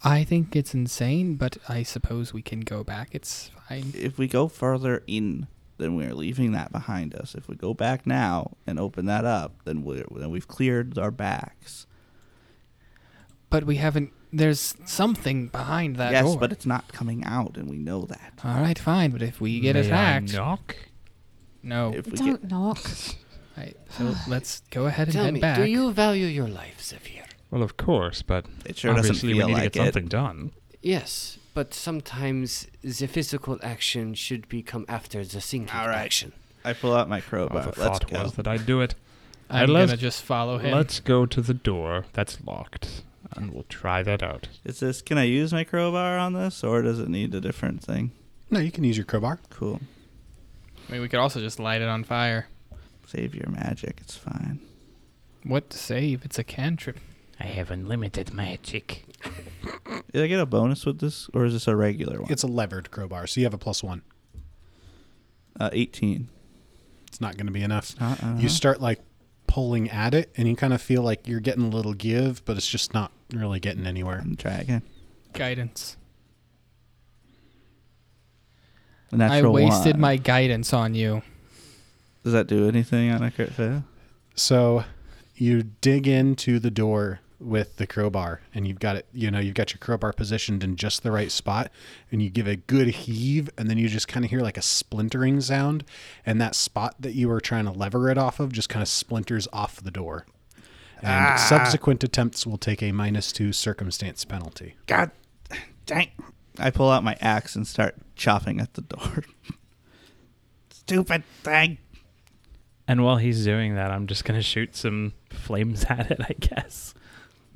D: I think it's insane, but I suppose we can go back. It's fine.
E: If we go further in, then we're leaving that behind us. If we go back now and open that up, then we then we've cleared our backs.
D: But we haven't. There's something behind that
E: yes,
D: door.
E: but it's not coming out, and we know that.
D: all right, fine. But if we get
J: May I
D: attacked,
J: knock?
D: no.
E: If we
C: Don't
E: get,
C: knock.
D: Right, so let's go ahead and
I: tell
D: head
I: me
D: back.
I: do you value your life Zephyr
J: Well, of course, but
E: it sure doesn't
J: obviously we
E: feel
J: need
E: like
J: to get something
E: it.
J: done.
I: yes but sometimes the physical action should be come after the thinking
E: All right.
I: action
E: I pull out my
J: Well,
E: crowbar.
J: the
E: Let's
J: thought
E: go.
J: was that I'd do it.
D: I'm
J: Let's-
D: gonna just follow him.
J: Let's go to the door that's locked, and we'll try that out.
E: Is this? Can I use my crowbar on this, or does it need a different thing?
G: No, you can use your crowbar.
E: Cool.
D: I mean, we could also just light it on fire.
E: Save your magic. It's fine.
D: What to save? It's a cantrip.
H: I have unlimited magic.
E: Did I get a bonus with this, or is this a regular one?
G: It's a levered crowbar, so you have a plus one.
E: uh, 18.
G: It's not going to be enough.
E: Uh-uh.
G: You start like pulling at it, and you kind of feel like you're getting a little give, but it's just not really getting anywhere.
E: I'm try again.
D: Guidance.
E: A natural
D: I wasted
E: one.
D: my guidance on you.
E: Does that do anything on a crit fail?
G: So you dig into the door with the crowbar and you've got it you know you've got your crowbar positioned in just the right spot and you give a good heave and then you just kind of hear like a splintering sound and that spot that you were trying to lever it off of just kind of splinters off the door and subsequent attempts will take a minus two circumstance penalty
E: God dang. I pull out my axe and start chopping at the door. Stupid thing.
H: And while he's doing that, I'm just gonna shoot some flames at it. I guess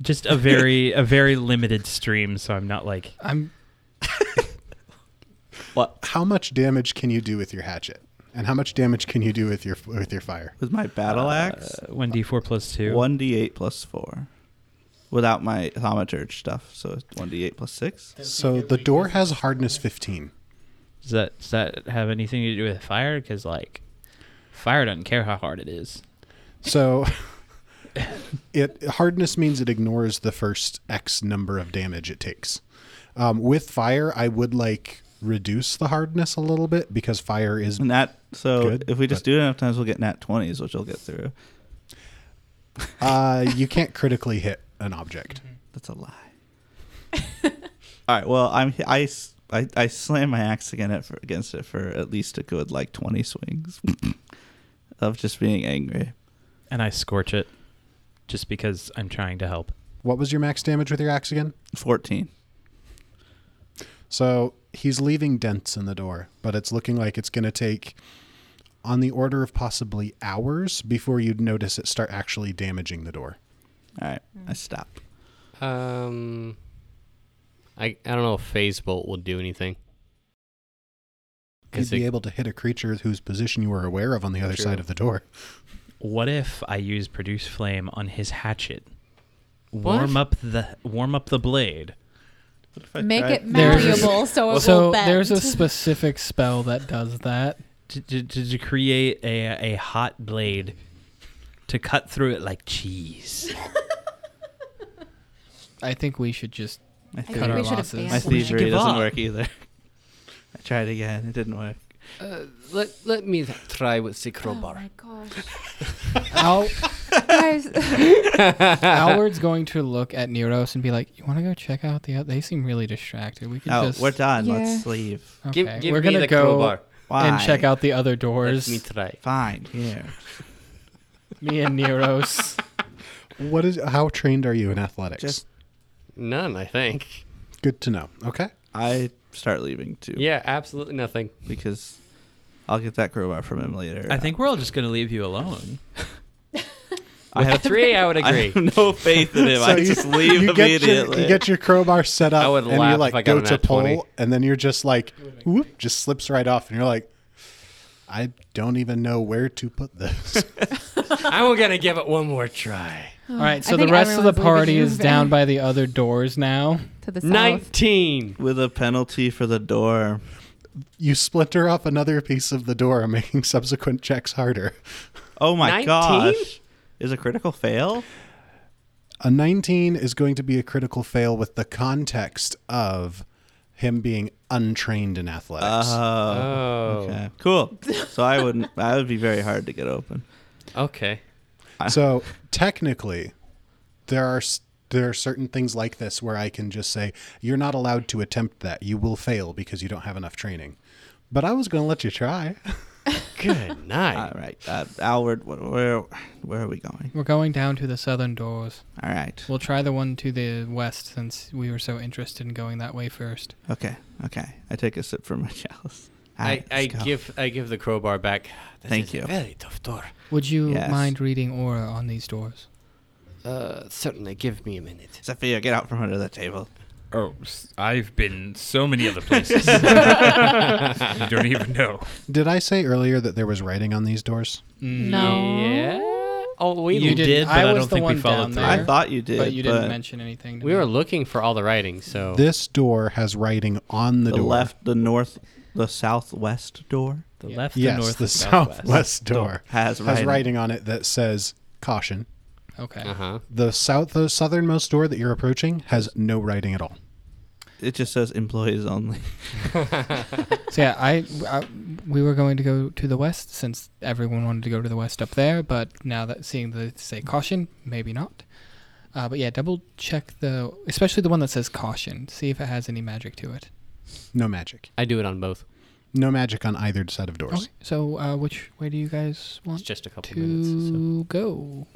H: just a very a very limited stream, so I'm not like
D: I'm
G: how much damage can you do with your hatchet and how much damage can you do with your with your fire
E: With my battle
G: Uh,
E: axe,
H: uh, one d four plus two.
E: 1d8 plus 4. Without my thaumaturge stuff, so it's 1d8 plus 6.
G: so the door has hardness 15
H: Does that does that have anything to do with fire? Because like fire doesn't care how hard it is.
G: So it hardness means it ignores the first X number of damage it takes. Um, with fire, I would like reduce the hardness a little bit because fire is
E: And that, so
G: Good,
E: if we just
G: but-
E: do it enough times, we'll get nat 20s, which we'll get through.
G: uh, you can't critically hit an object.
E: That's a lie. All right. Well, I'm I, s- I- I slam my axe again at, for, against it for at least a good like twenty swings of just being angry.
H: And I scorch it just because I'm trying to help.
G: What was your max damage with your axe again?
E: Fourteen.
G: So he's leaving dents in the door, but it's looking like it's going to take on the order of possibly hours before you'd notice it start actually damaging the door.
E: All right.
G: Mm.
E: I stop.
F: Um, I I don't know if phase bolt will do anything.
G: You'd
F: Because
G: be
F: it,
G: able to hit a creature whose position you were aware of on the other
F: True.
G: side of the door.
H: What if I use produce flame on his hatchet? Warm up the warm up the blade.
E: What if I
C: Make
E: try-
C: it
D: There's-
C: malleable so it
D: so
C: will bend.
D: there's a specific spell that does that.
H: to, to, to, to create a, a hot blade to cut through it like cheese.
D: I think we should just
E: My,
C: I
D: cut
E: thievery-
C: think
D: our
C: we should
D: losses.
E: my
C: abandon-
H: should
E: thievery
H: give
E: doesn't
H: up.
E: work either. I tried again. It didn't work.
I: uh, let, let me try with the crowbar
C: Oh gosh.
D: Al-
C: Guys,
D: Alward's going to look at Neros and be like, "You want to go check out the? oth- They seem really distracted. We can
E: Oh,
D: just
E: we're done. Let's
C: Yeah.
E: leave.
D: Okay.
F: give give
D: we're
F: me
D: gonna
F: the
D: go
F: crowbar.
E: Why?
D: and check out the other
F: Let me
D: doors.
F: try.
E: Fine. Here.
D: me and Neros.
G: What is how trained are you in athletics?
E: Just-
F: None, I think.
G: good to know. Okay.
E: I start leaving too.
F: Yeah, absolutely nothing.
E: Because I'll get that crowbar from him later.
H: I think we're all just going to leave you alone.
F: With
E: have-
F: three, I would
E: I
F: agree.
E: have no faith in him. I just leave
G: you get your,
E: immediately.
G: you get your crowbar set up,
F: I would
G: and
F: laugh
G: you
F: if
G: like
F: I got
G: go
F: an
G: to
F: at
G: pull,
F: 20.
G: and then you're just like, whoop, just slips right off, and you're like, I don't even know where to put this.
F: I'm gonna give it one more try.
I: Oh,
D: All right, so
C: I
D: the
C: think
D: rest of the
C: everyone's leaving
D: party
C: you
D: is
C: there.
D: down by the other doors now.
C: to the south.
F: Nineteen.
E: With a penalty for the door.
G: you splinter off another piece of the door, making subsequent checks harder.
E: Oh my
F: 19?
E: gosh. Is a critical fail?
G: A 19 is going to be a critical fail with the context of him being untrained in athletics.
F: Uh-huh.
E: Oh.
F: Oh.
E: Okay. Cool. So I wouldn't I would be very hard to get open.
F: Okay.
G: so technically, there are s- there are certain things like this where I can just say you're not allowed to attempt that. You will fail because you don't have enough training. But I was going to let you try.
F: Good
E: All
F: night.
E: right. Uh, Alward, wh- where where are we going?
D: We're going down to the southern doors.
E: All right.
D: We'll try the one to the west since we were so interested in going that way first.
E: Okay. Okay. I take a sip from my chalice. All
F: I,
E: right,
F: I
E: let's go.
F: give I give the crowbar back.
I: This
E: Thank
I: is
E: you.
I: A very tough door.
D: Would you
E: Yes.
D: mind reading aura on these doors?
I: Uh, certainly, give me a minute.
E: Sophia, get out from under the table.
J: Oh, s- I've been so many other places. you don't even know.
G: Did I say earlier that there was writing on these doors?
F: Mm.
C: No.
F: Yeah. Oh, we
D: You
F: did.
D: did, I
J: I don't
D: was the
J: think we
D: one
J: followed
D: down
J: through.
D: there,
E: I thought you did,
D: but you didn't mention anything. To
F: We
D: me.
F: were looking for all the writings, so
G: This door has writing on the,
E: the
G: door.
E: left, the north, the southwest door
H: The
D: Yeah.
H: left,
G: yes,
H: the north,
G: the
H: the southwest.
G: southwest door
E: has
G: has
E: writing.
G: writing on it that says caution.
D: okay.
F: Uh huh.
G: The south, the southernmost door that you're approaching has no writing at all.
E: It just says employees only.
D: So yeah, I, I we were going to go to the west since everyone wanted to go to the west up there, but now that seeing the say caution, maybe not. Uh, but yeah, double check the especially the one that says caution. See if it has any magic to it.
G: No magic.
F: I do it on both.
G: No magic on either set of doors.
D: Okay. So uh, which way do you guys
F: It's
D: want
F: just a couple
D: to
F: minutes. So.
D: go?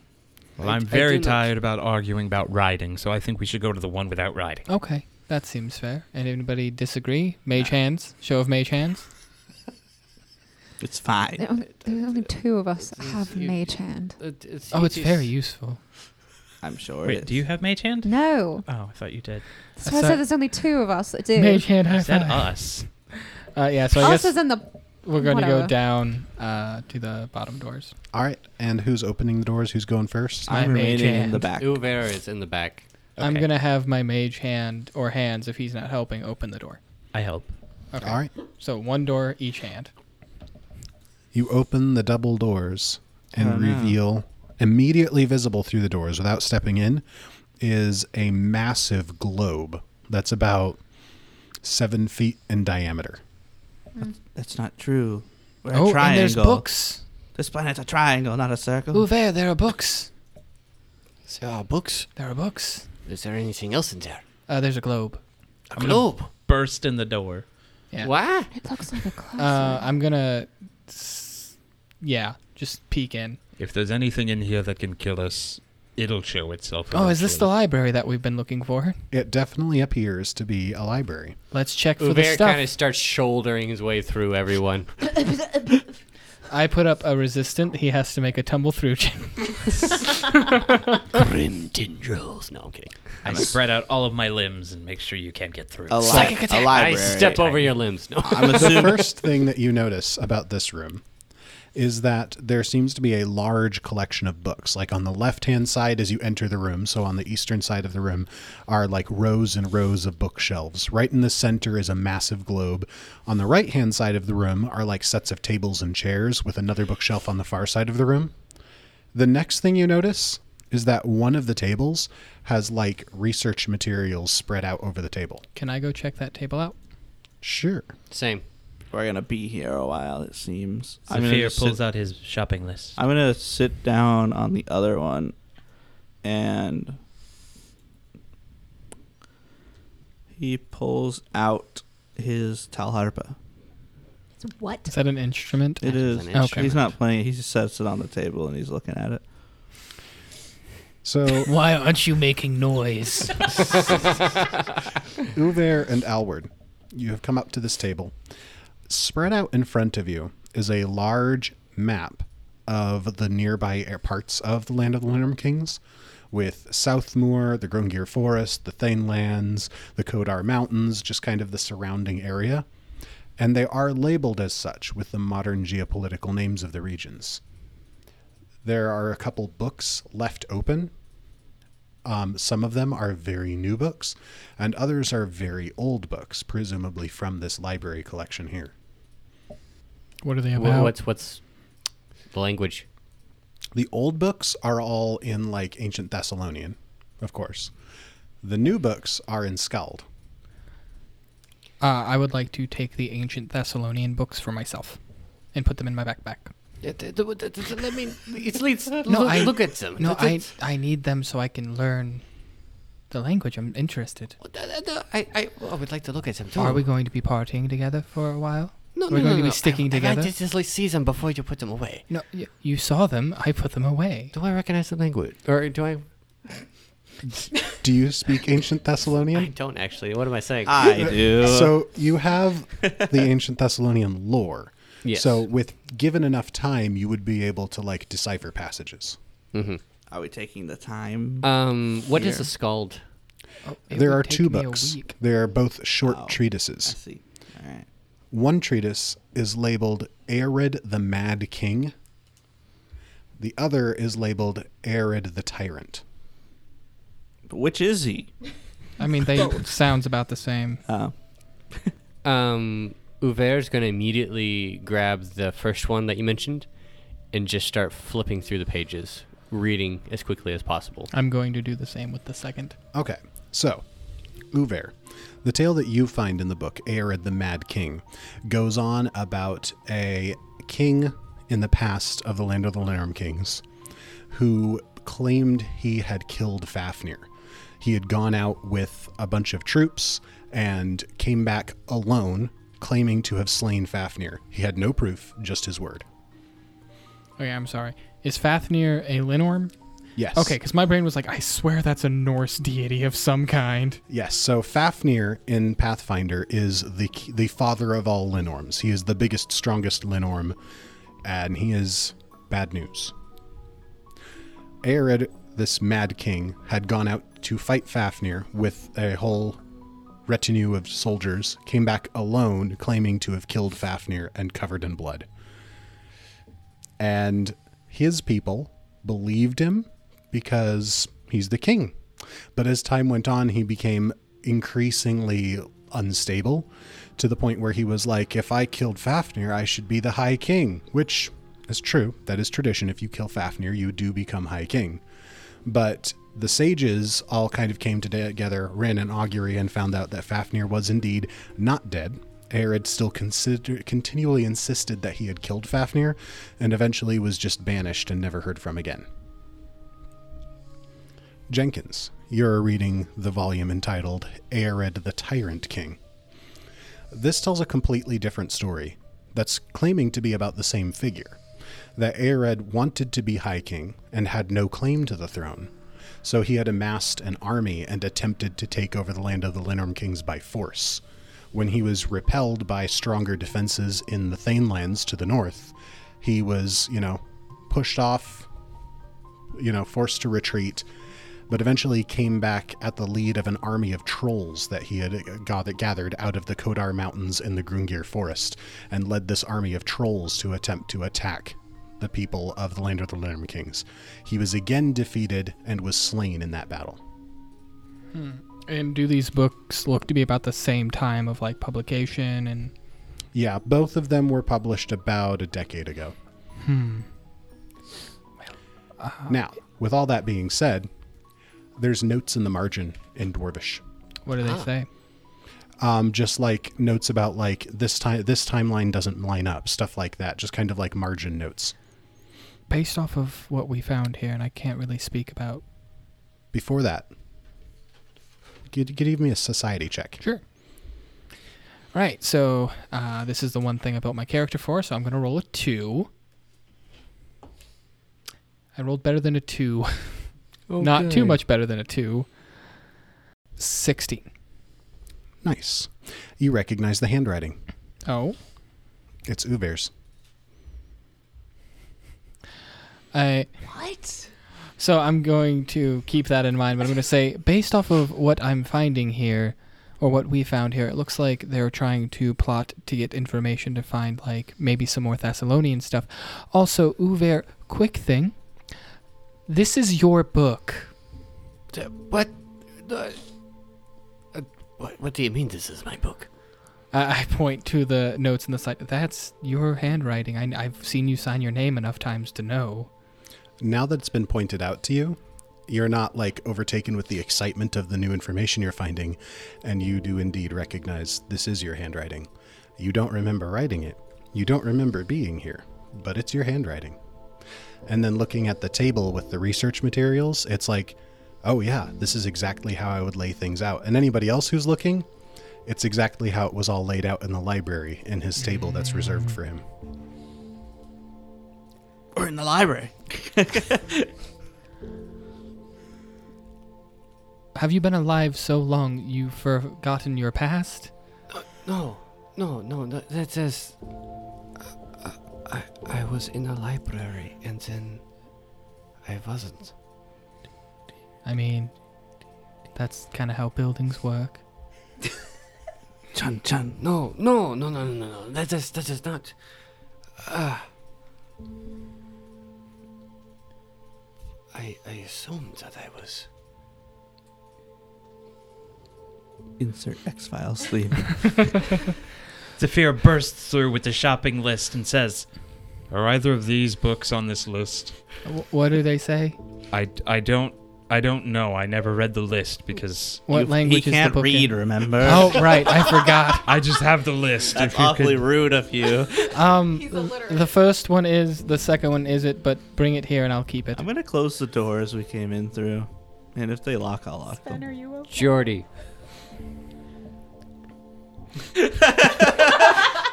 J: Well,
F: I-
J: I'm
F: I
J: very
F: do not-
J: tired about arguing about riding, so I think we should go to the one without riding.
D: Okay, that seems fair. And anybody disagree? Mage hands, show of mage hands.
E: It's fine.
C: There only- There's only two of us that have
F: you-
C: mage hand.
F: It- it's, E
D: Oh, it's
F: it is-
D: very useful.
E: I'm sure.
H: Wait,
E: it
H: do you have mage hand?
C: No.
H: Oh, I thought you did.
C: That's why I
D: So-
C: said there's only two of us that do.
D: Mage hand high
H: Is that
D: five.
H: us?
D: Uh, yeah, so I
C: Us
D: guess
C: is in the
D: we're going to
C: whatever.
D: go down uh, to the bottom doors.
G: All right. And who's opening the doors? Who's going first?
E: I'm
D: I'm a
E: remaining in the
D: giant.
E: back.
F: Uver is in the back.
D: I'm
F: Okay.
D: going to have my mage hand or hands, if he's not helping, open the door.
H: I help.
D: Okay.
G: All right.
D: So one door each hand.
G: You open the double doors and
E: Oh, no.
G: reveal immediately visible through the doors without stepping in is a massive globe that's about seven feet in diameter.
E: That's not true. We're
D: oh,
E: a triangle.
D: and there's books.
E: This planet's a triangle, not a circle.
D: Ooh, there, there are books.
I: There
F: uh,
I: are books.
D: There are books.
I: Is there anything else in there?
D: Uh, there's a globe.
I: A
H: I'm gonna-
I: globe.
H: Burst in the door.
D: Yeah.
F: What?
C: It looks like a closet.
D: Uh, I'm going to, yeah, just peek in.
J: If there's anything in here that can kill us, it'll show itself.
D: Oh, is this the
J: eventually.
D: library that we've been looking for?
G: It definitely appears to be a library.
D: Let's check for the
F: Uver
D: stuff.
F: kind of starts shouldering his way through everyone.
D: I put up a resistant. He has to make a tumble through check.
I: Grim tendrils. No, I'm kidding.
H: I spread out all of my limbs and make sure you can't get through.
E: a, li-
I: Psychic
E: a
I: attack.
E: library.
F: I step over your limbs. No.
E: I'm
G: the
E: assuming.
G: first thing that you notice about this room is that there seems to be a large collection of books. Like on the left hand side as you enter the room, so on the eastern side of the room, are like rows and rows of bookshelves. Right in the center is a massive globe. On the right hand side of the room are like sets of tables and chairs with another bookshelf on the far side of the room. The next thing you notice is that one of the tables has like research materials spread out over the table.
D: Can I go check that table out?
G: Sure.
F: Same.
E: We're gonna be here a while, it seems. I'm gonna
H: Sophia
E: just
H: pulls
E: sit,
H: out his shopping list.
E: I'm gonna sit down on the other one, and he pulls out his talharpa.
C: It's what?
D: Is that an instrument?
E: It
I: is
E: is.
I: an
D: instrument.
E: He's not playing it. He just sets it on the table and he's looking at it.
G: So
D: Why aren't you making noise?
G: Uver and Alward, you have come up to this table. Spread out in front of you is a large map of the nearby air- parts of the land of the Lindrum Kings, with Southmoor, the Grungir Forest, the Thane Lands, the Kodar Mountains, just kind of the surrounding area. And they are labeled as such with the modern geopolitical names of the regions. There are a couple books left open. Um, some of them are very new books, and others are very old books, presumably from this library collection here.
D: What are they
F: Wha-
D: about?
F: What's what's the language?
G: The old books are all in like ancient Thessalonian, of course. The new books are in Skald.
D: uh, I would like to take the ancient Thessalonian books for myself and put them in my backpack.
F: Let me. It's least
D: No, I-
F: look at them.
D: No, I I need them so I can learn the language. I'm interested.
F: I, I, oh, I would like to look at them too.
D: Are we going to be partying together for a while?
F: No,
D: Are
F: no,
D: we
F: no,
D: going to
F: no,
D: be
F: no.
D: sticking
F: I-
D: together?
F: I just, just like see them before you put them away.
D: No, y- you saw them. I put them away.
F: Do I recognize the language, or do I?
G: Do you speak ancient
F: I
G: Thessalonian?
F: don't actually. What am I saying?
E: I do.
G: So you have the ancient Thessalonian lore.
F: Yes.
G: So with given enough time, you would be able to like decipher passages.
E: Are we taking the time?
D: Uh,
F: um, what is a scald?
D: Oh, It
G: there
D: would
G: are
D: take
G: two
D: me a
G: books.
D: week.
G: They are both short
E: Oh. I
G: treatises.
E: see. All right.
G: One treatise is labeled Arid the Mad King. The other is labeled Arid the Tyrant.
E: But which is he?
D: I mean, they sounds about the same.
E: Uh,
F: Um, Uver's going to immediately grab the first one that you mentioned and just start flipping through the pages, reading as quickly as possible.
D: I'm going to do the same with the second.
G: Okay, so Uver, the tale that you find in the book Arid the Mad King goes on about a king in the past of the land of the Larum Kings who claimed he had killed Fafnir. He had gone out with a bunch of troops and came back alone, claiming to have slain Fafnir. He had no proof, just his word.
D: Okay, I'm sorry. Is Fafnir a Linorm?
G: Yes.
D: Okay, because my brain was like, I swear that's a Norse deity of some kind.
G: Yes, so Fafnir in Pathfinder is the the father of all Linorms. He is the biggest, strongest Linorm, and he is bad news. Arid, this mad king, had gone out to fight Fafnir with a whole retinue of soldiers, came back alone, claiming to have killed Fafnir and covered in blood. And his people believed him because he's the king. But as time went on, he became increasingly unstable to the point where he was like, if I killed Fafnir, I should be the High King, which is true. That is tradition. If you kill Fafnir, you do become High King. But the sages all kind of came together, ran an augury, and found out that Fafnir was indeed not dead. Arid still consider- continually insisted that he had killed Fafnir, and eventually was just banished and never heard from again. Jenkins, you're reading the volume entitled Arid the Tyrant King. This tells a completely different story that's claiming to be about the same figure. That Arid wanted to be High King and had no claim to the throne, so he had amassed an army and attempted to take over the land of the Linorm Kings by force. When he was repelled by stronger defenses in the Thane lands to the north, he was, you know, pushed off, you know, forced to retreat, but eventually came back at the lead of an army of trolls that he had uh, gath- gathered out of the Kodar Mountains in the Grungir Forest, and led this army of trolls to attempt to attack the people of the land of the Linorm Kings. He was again defeated and was slain in that battle.
D: And do these books look to be about the same time of like publication? And
G: Yeah, both of them were published about a decade ago. Hmm. Now, with all that being said, there's notes in the margin in Dwarvish.
D: what do they say?
G: um, just like notes about like this time this timeline doesn't line up stuff like that just kind of like margin notes
D: Based off of what we found here, and I can't really speak about.
G: before that could, could you give me a society check
D: Sure. All right, so uh, this is the one thing I built my character for, so I'm going to roll a two. I rolled better than a two. Not too much better than a two. 16.
G: nice you recognize the handwriting
D: Oh.
G: it's uber's
D: I
C: What?
D: so I'm going to keep that in mind, but I'm going to say based off of what I'm finding here or what we found here, it looks like they're trying to plot to get information to find like maybe some more Thessalonian stuff. Also, Uver, quick thing. This is your book.
I: Th- What? the- uh, What, what do you mean this is my book?
D: I I point to the notes in the site. That's your handwriting. I, I've seen you sign your name enough times to know.
G: Now that it's been pointed out to you, you're not like overtaken with the excitement of the new information you're finding, and you do indeed recognize this is your handwriting. You don't remember writing it, you don't remember being here, but it's your handwriting. And then looking at the table with the research materials, it's like, oh yeah, this is exactly how I would lay things out. And anybody else who's looking, it's exactly how it was all laid out in the library in his table that's reserved for him.
E: Or in the library.
D: Have you been alive so long you've forgotten your past?
I: No, no, no. no that says. uh, I, I, I was in a library and then I wasn't.
D: I mean, that's kind of how buildings work.
E: Chan Chan.
I: No, no, no, no, no, no, no. That is that is not. Uh, I I assumed that I was.
E: Insert X Files theme.
J: Zephyr bursts through with the shopping list and says, "Are either of these books on this list?"
D: Wh- What do they say?
J: I, I don't I don't know. I never read the list because
D: What
E: he
D: language is the
E: can't
D: book in?
E: read, remember?
D: Oh right, I forgot.
J: I just have the list.
E: That's
J: if you
E: awfully
J: could,
E: rude of you.
D: Um,
C: He's illiterate.
D: the first one is, the second one is it, but bring it here and I'll keep it.
E: I'm gonna close the door as we came in through, and if they lock, I'll lock
C: Sven,
E: them.
C: are you okay?
F: Jordy.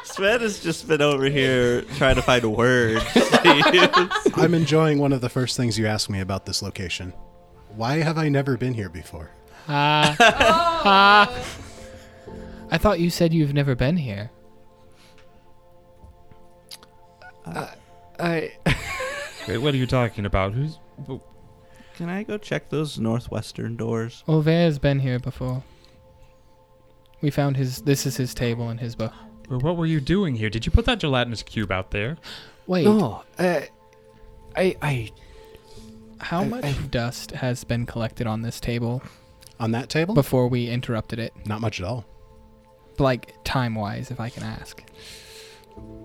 E: Sven has just been over here trying to find words.
G: I'm enjoying one of the first things you asked me about this location. Why have I never been here before?
D: Ah. Ah. I thought you said you've never been here.
I: I
J: Wait, what are you talking about? Who's
E: Can I go check those northwestern doors?
D: Auvert's been here before. We found his. This is his table and his book.
J: Well, what were you doing here? Did you put that gelatinous cube out there?
D: Wait,
I: no. Uh, I I
D: how
I: I-
D: much
I: I-
D: dust has been collected on this table
G: On that table?
D: before we interrupted it?
G: Not much at all.
D: Like time wise, if I can ask.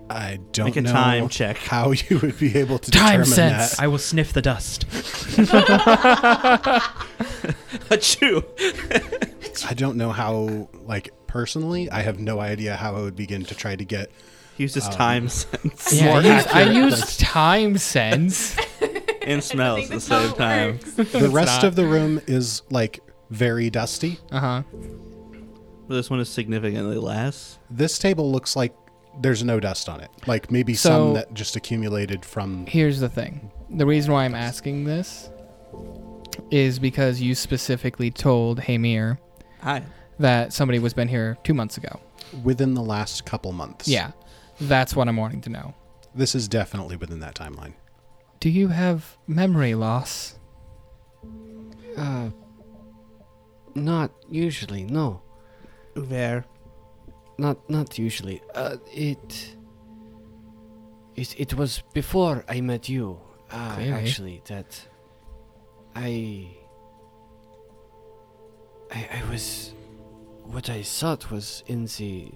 G: I don't
E: Make a
G: know
E: time check.
G: how you would be able to
D: Time
G: determine
D: sense.
G: that.
J: I will sniff the dust.
E: Achoo!
G: I don't know how, like, personally, I have no idea how I would begin to try to get.
E: Use his time sense
D: Yeah,
G: More
D: I used, I
G: accurate
D: used time sense.
E: and smells at the
C: that's
E: same
C: how it
E: time.
G: The rest of the room is, like, very dusty.
D: Uh huh.
E: But this one is significantly less.
G: This table looks like there's no dust on it. Like, maybe
D: So-
G: some that just accumulated from.
D: Here's the thing. The reason why I'm asking this is because you specifically told Hamir
E: Hi.
D: that somebody was been here two months ago.
G: within the last couple months.
D: Yeah, that's what I'm wanting to know.
G: This is definitely within that timeline.
D: Do you have memory loss?
I: uh. Not usually. No.
E: Uver.
I: Not not usually. Uh, it. It it was before I met you. Uh,
D: Clearly.
I: actually, that. I. I I was, what I thought was in the,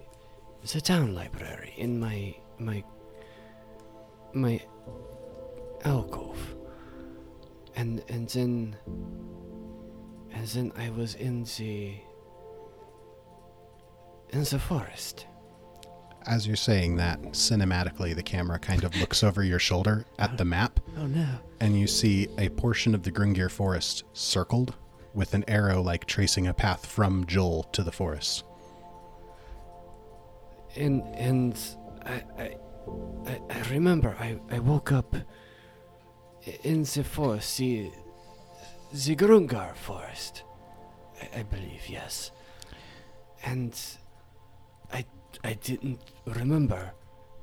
I: the town library in my my. My. Alcove. And and then. And then I was in the. In the forest.
G: As you're saying that, cinematically, the camera kind of looks over your shoulder at the map,
E: Oh no.
G: and you see a portion of the Gringir forest circled with an arrow like tracing a path from Joel to the forest.
I: And and I I, I, I remember I, I woke up i- in the forest, the, the Grungar forest, I, I believe, yes. And I I didn't remember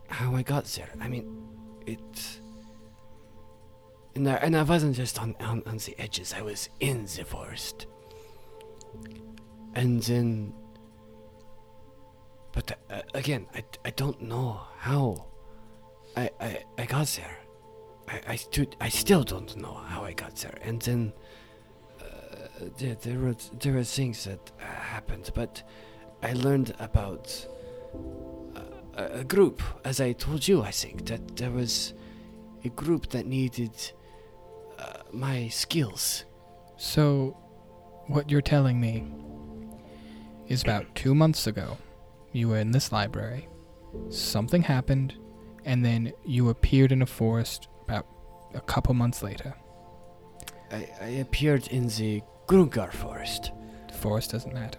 I: how I got there. I mean, it
K: And I, and I wasn't just on, on, on the edges, I was in the forest. And then. But uh, again, I, I don't know how I, I, I got there. I, I, stu- I still don't know how I got there. And then. Uh, there, there, were, there were things that uh, happened, but I learned about uh, a, a group, as I told you, I think, that there was a group that needed uh, my skills.
D: So, what you're telling me is about two months ago, you were in this library, something happened, and then you appeared in a forest about a couple months later.
K: I, I appeared in the Grungar forest.
D: The forest doesn't matter.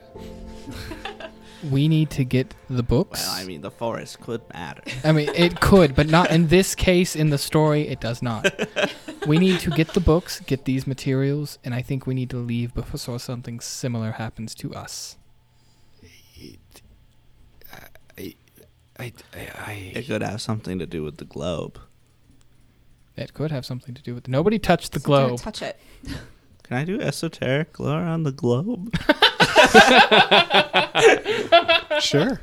D: we need to get the books.
E: Well, I mean, the forest could matter.
D: I mean, it could, but not in this case. In the story, it does not. We need to get the books, get these materials, and I think we need to leave before something similar happens to us.
K: I, I, I,
E: It could have something to do with the globe.
D: That could have something to do with. Nobody touched the globe.
L: Touch it.
E: Can I do esoteric lore on the globe?
G: Sure.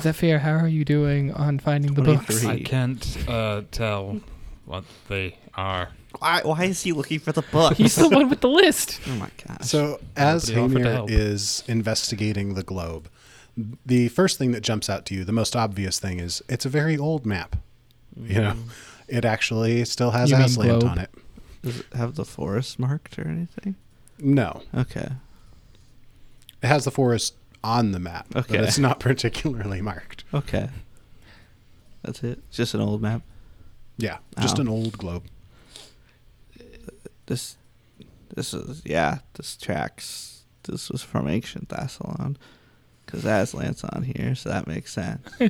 D: Zephyr, how are you doing on finding the books?
E: 23.
H: I can't uh, tell what they are.
E: Why, why is he looking for the book?
D: He's the one with the list.
E: oh my gosh.
G: So as
H: Nobody offered to
G: Hamir
H: help.
G: is investigating the globe, the first thing that jumps out to you, the most obvious thing, is it's a very old map. You know, it actually still has
D: You mean
G: Aslant
D: globe?
G: on it.
E: Does it have the forest marked or anything?
G: No,
E: Okay.
G: it has the forest on the map,
E: Okay.
G: but it's not particularly marked.
E: Okay. That's it. It's just an old map.
G: Yeah, just
E: Oh.
G: an old globe.
E: This, this is yeah. This tracks. This was from ancient Thessalon, because that's Lance on here, so that makes sense.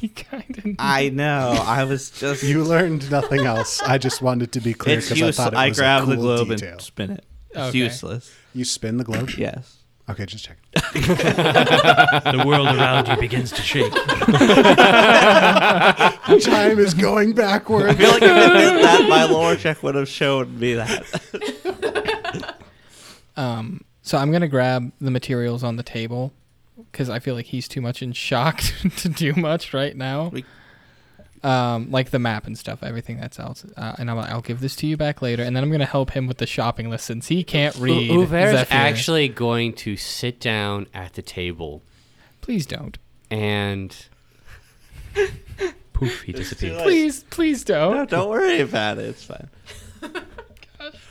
D: We kind of.
E: I know. I was just
G: You learned nothing else. I just wanted to be clear
E: It's
G: because I
E: useless.
G: thought it
E: I
G: was
E: grab
G: a cool
E: the globe
G: detail.
E: and spin it. It's
D: Okay.
E: useless.
G: You spin the globe.
E: Yes.
G: Okay, just check.
H: The world around you begins to shake.
G: Time is going backward.
E: I feel like if it did that, my lore check would have shown me that.
D: Um, so I'm gonna grab the materials on the table because I feel like he's too much in shock to do much right now.
E: We-
D: Um, like the map and stuff, everything that's else. Uh, and I'm, I'll give this to you back later, and then I'm gonna help him with the shopping list since he can't read.
I: Uver's
D: Zephyr.
I: actually going to sit down at the table
D: please don't,
I: and
M: Poof, he disappeared.
D: please, please
E: No,
D: don't.
E: don't worry about it. It's fine.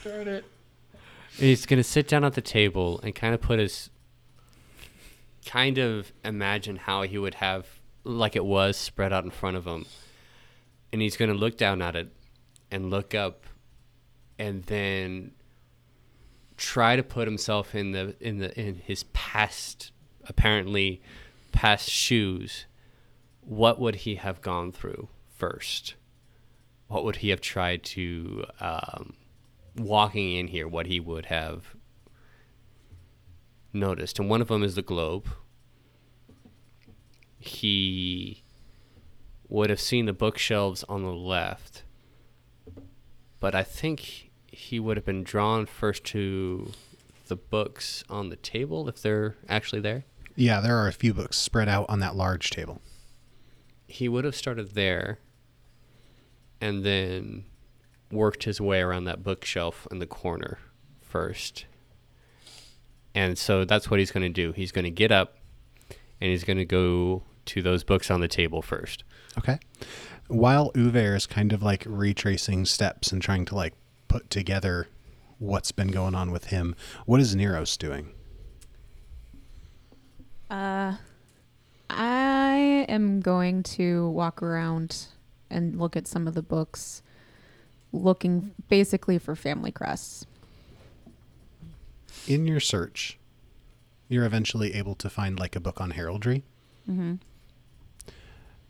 D: Darn it.
I: he's going to sit down at the table and kind of put his kind of imagine how he would have like it was spread out in front of him. And he's going to look down at it and look up and then try to put himself in the in the in his past apparently past shoes. What would he have gone through first? What would he have tried to um, walking in here what he would have noticed. And one of them is the globe. He would have seen the bookshelves on the left, but I think he would have been drawn first to the books on the table if they're actually there.
G: yeah, there are a few books spread out on that large table.
I: He would have started there and then worked his way around that bookshelf in the corner first. And so that's what he's going to do. He's going to get up and he's going to go to those books on the table first.
G: Okay. While Uver is kind of like retracing steps and trying to like put together what's been going on with him, what is Neros doing?
C: Uh, I am going to walk around and look at some of the books, looking basically for family crests.
G: In your search, you're eventually able to find like a book on heraldry. Mm-hmm.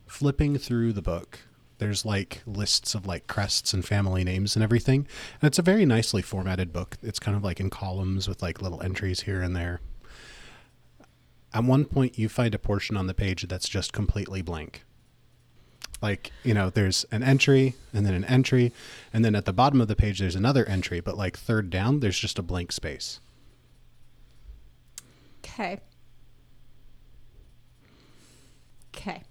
G: Flipping through the book, there's like lists of like crests and family names and everything. And it's a very nicely formatted book. It's kind of like in columns with like little entries here and there. At one point, you find a portion on the page that's just completely blank. Like, you know, there's an entry and then an entry, and then at the bottom of the page, there's another entry, but like third down, there's just a blank space.
C: Okay. Okay.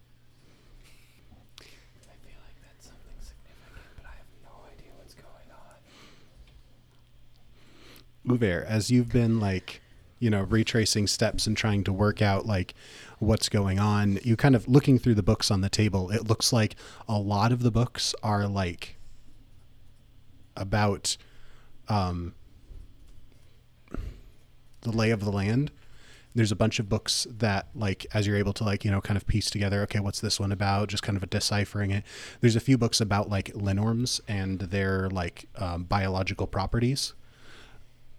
G: Uver, as you've been like, you know, retracing steps and trying to work out like what's going on, you kind of looking through the books on the table, it looks like a lot of the books are like about um the lay of the land. There's a bunch of books that like as you're able to like, you know, kind of piece together, okay, what's this one about? Just kind of a deciphering it. There's a few books about like linorms and their like um, biological properties.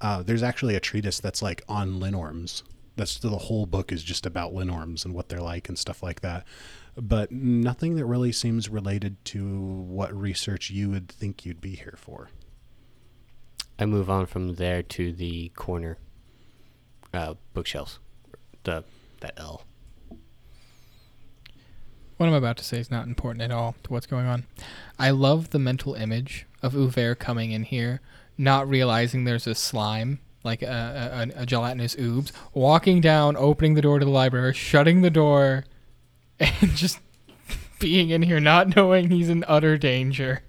G: Uh, there's actually a treatise that's like on linorms. That's the whole book is just about linorms and what they're like and stuff like that. But nothing that really seems related to what research you would think you'd be here for.
I: I move on from there to the corner uh, bookshelves. The that L.
D: What I'm about to say is not important at all to what's going on. I love the mental image of Uver coming in here, not realizing there's a slime, like a, a, a gelatinous oobs, walking down, opening the door to the library, shutting the door, and just being in here, not knowing he's in utter danger.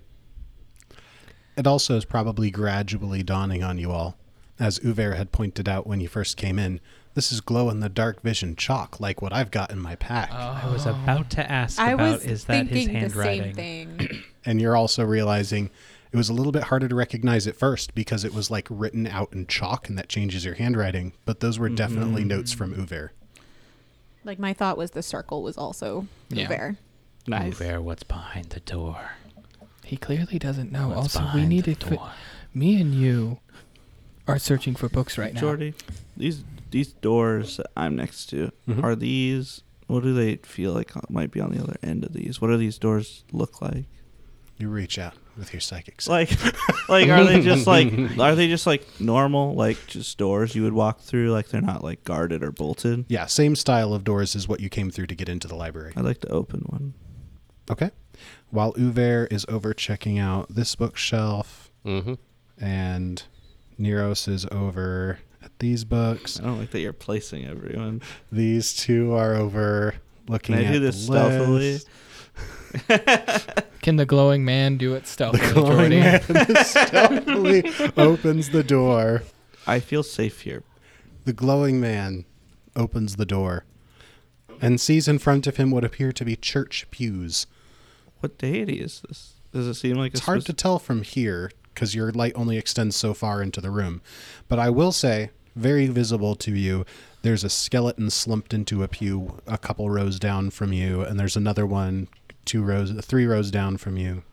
G: It also is probably gradually dawning on you all. As Uver had pointed out when you first came in, this is glow in the dark vision chalk like what I've got in my pack.
D: Oh.
H: I was about to ask
C: I
H: about
C: was
H: is that his
C: thinking the
H: handwriting?
C: same thing.
G: and you're also realizing it was a little bit harder to recognize at first because it was like written out in chalk and that changes your handwriting, but those were
E: Mm-hmm.
G: definitely notes from Uver.
C: like my thought was the circle was also
D: Yeah.
C: there.
I: Nice.
H: Beware what's behind the door.
D: He clearly doesn't know.
H: What's
D: Oh, also, we
H: behind
D: need
H: the
D: to. fi-
H: door?
D: me and you are searching for books right now.
E: Jordy, these these doors that I'm next to
G: Mm-hmm.
E: are these. What do they feel like uh, might be on the other end of these? What do these doors look like?
G: You reach out with your psychic sense.
E: Like, like are they just like are they just like normal like just doors you would walk through? Like they're not like guarded or bolted.
G: Yeah, same style of doors as what you came through to get into the library.
E: I'd like to open one.
G: Okay. While Uver is over checking out this bookshelf
F: Mm-hmm.
G: and Neros is over at these books,
E: I don't like that you're placing everyone.
G: these two are over looking
E: Can I
G: at
E: do this
G: the list.
E: stealthily?
D: Can the glowing man do it stealthily, Jordy?
G: stealthily opens the door.
E: I feel safe here.
G: The glowing man opens the door and sees in front of him what appear to be church pews.
E: What deity is this? Does it seem like
G: It's hard to tell from here because your light only extends so far into the room. But I will say, very visible to you, there's a skeleton slumped into a pew a couple rows down from you, and there's another one two rows, three rows down from you.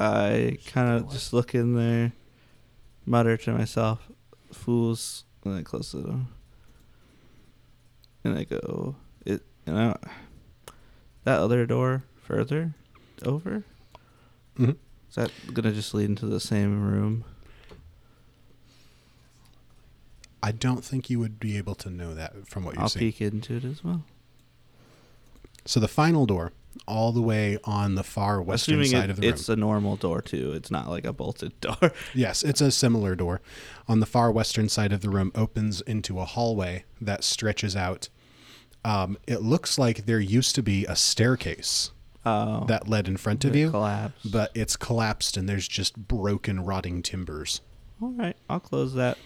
E: I kind of just look in there, mutter to myself, "Fools," and I close the door. And I go, "It." And I, that other door further over.
G: Mhm.
E: Is that gonna just lead into the same room?
G: I don't think you would be able to know that from what you're
E: I'll
G: seeing.
E: peek into it as well.
G: So the final door, all the way on the far western
E: Assuming
G: side
E: it-
G: of the room.
E: it's a normal door too. It's not like a bolted door.
G: Yes, it's a similar door. On the far western side of the room opens into a hallway that stretches out. Um, it looks like there used to be a staircase
E: Oh,
G: that led in front of
E: it
G: you,
E: collapsed.
G: but it's collapsed and there's just broken, rotting timbers.
E: All right, I'll close that.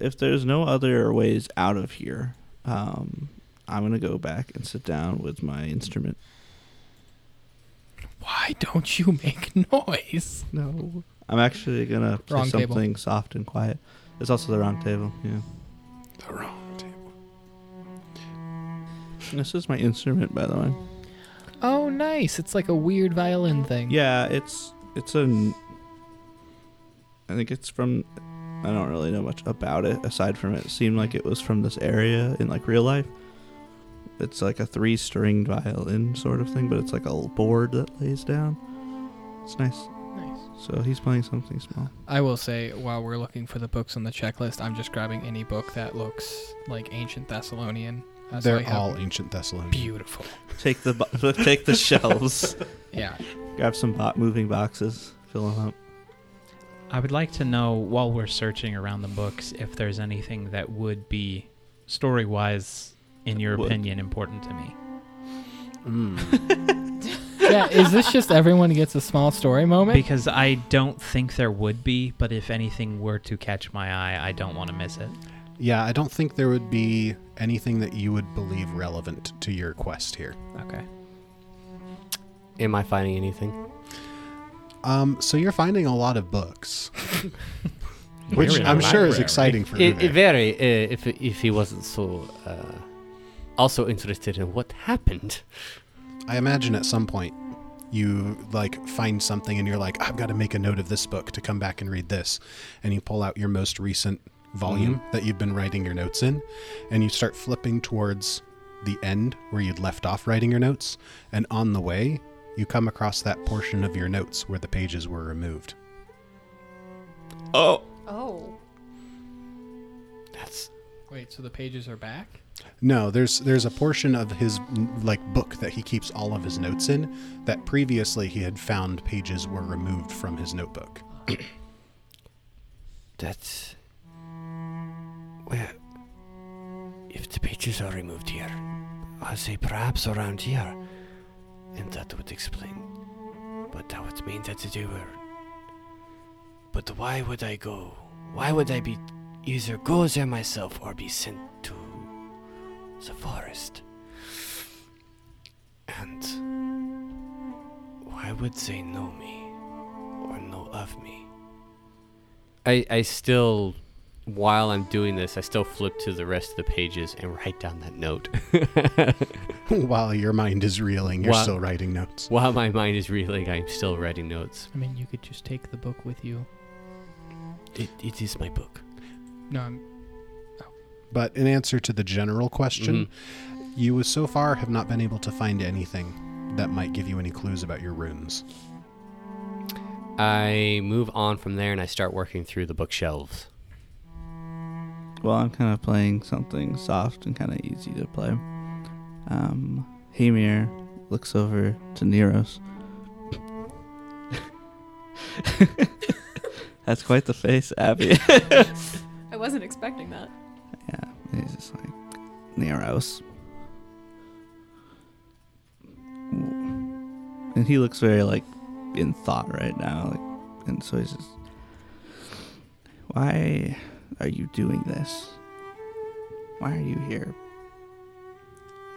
E: If there's no other ways out of here, um, I'm gonna go back and sit down with my instrument.
D: Why don't you make noise?
E: No, I'm actually gonna play
D: Wrong table.
E: something soft and quiet. It's also the round table. Yeah,
G: The wrong table.
E: this is my instrument, by the way.
D: Oh, nice. It's like a weird violin thing.
E: Yeah, it's it's an. I think it's from. I don't really know much about it aside from it seemed like it was from this area in like real life. It's like a three-stringed violin sort of thing, but it's like a board that lays down. It's nice.
D: Nice.
E: So he's playing something small.
D: I will say, while we're looking for the books on the checklist, I'm just grabbing any book that looks like ancient Thessalonian. That's why I
G: They're
D: have
G: all ancient Thessalonian.
D: beautiful.
E: Take the bo- take the shelves.
D: Yeah.
E: Grab some bo- moving boxes. Fill them up.
H: I would like to know while we're searching around the books if there's anything that would be story wise, in your
E: Would.
H: opinion, important to me.
G: Hmm.
D: Yeah. Is this just everyone gets a small story moment?
H: Because I don't think there would be, but if anything were to catch my eye, I don't want to miss it.
G: Yeah, I don't think there would be anything that you would believe relevant to your quest here.
H: Okay.
I: Am I finding anything?
G: Um, so you're finding a lot of books, which
H: in a
G: I'm sure is
H: library.
G: exciting for
I: It,
G: you.
I: very, uh, if, if he wasn't so uh, also interested in what happened.
G: I imagine at some point you like find something and you're like, I've got to make a note of this book to come back and read this, and you pull out your most recent volume that you've been writing your notes in, and you start flipping towards the end where you'd left off writing your notes, and on the way you come across that portion of your notes where the pages were removed.
E: Oh,
C: Oh.
I: That's
D: Wait. So the pages are back.
G: No, there's there's a portion of his n- like book that he keeps all of his notes in that previously he had found pages were removed from his notebook.
I: That's. Well, if the pages are removed here, I say perhaps around here, and that would explain. But that would mean that they were. But why would I go? Why would I be either go there myself or be sent to the forest? And why would they know me or know of me?
F: I, I still, while I'm doing this, I still flip to the rest of the pages and write down that note
G: While your mind is reeling, you're
F: Wow.
G: still writing notes.
F: while my mind is reeling. I'm still writing notes.
D: I mean, you could just take the book with you.
I: It, it is my book.
D: No. I'm,
G: But in answer to the general question,
I: Mm-hmm.
F: Mm-hmm.
G: you so far have not been able to find anything that might give you any clues about your runes.
F: I move on from there and I start working through the bookshelves.
E: Well, I'm kind of playing something soft and kind of easy to play. Um, Hemir looks over to Neros. That's quite the face, Abby.
C: I wasn't expecting that.
E: Yeah, and he's just like Neros. And he looks very like in thought right now, like, and so he's just, "Why are you doing this? Why are you here?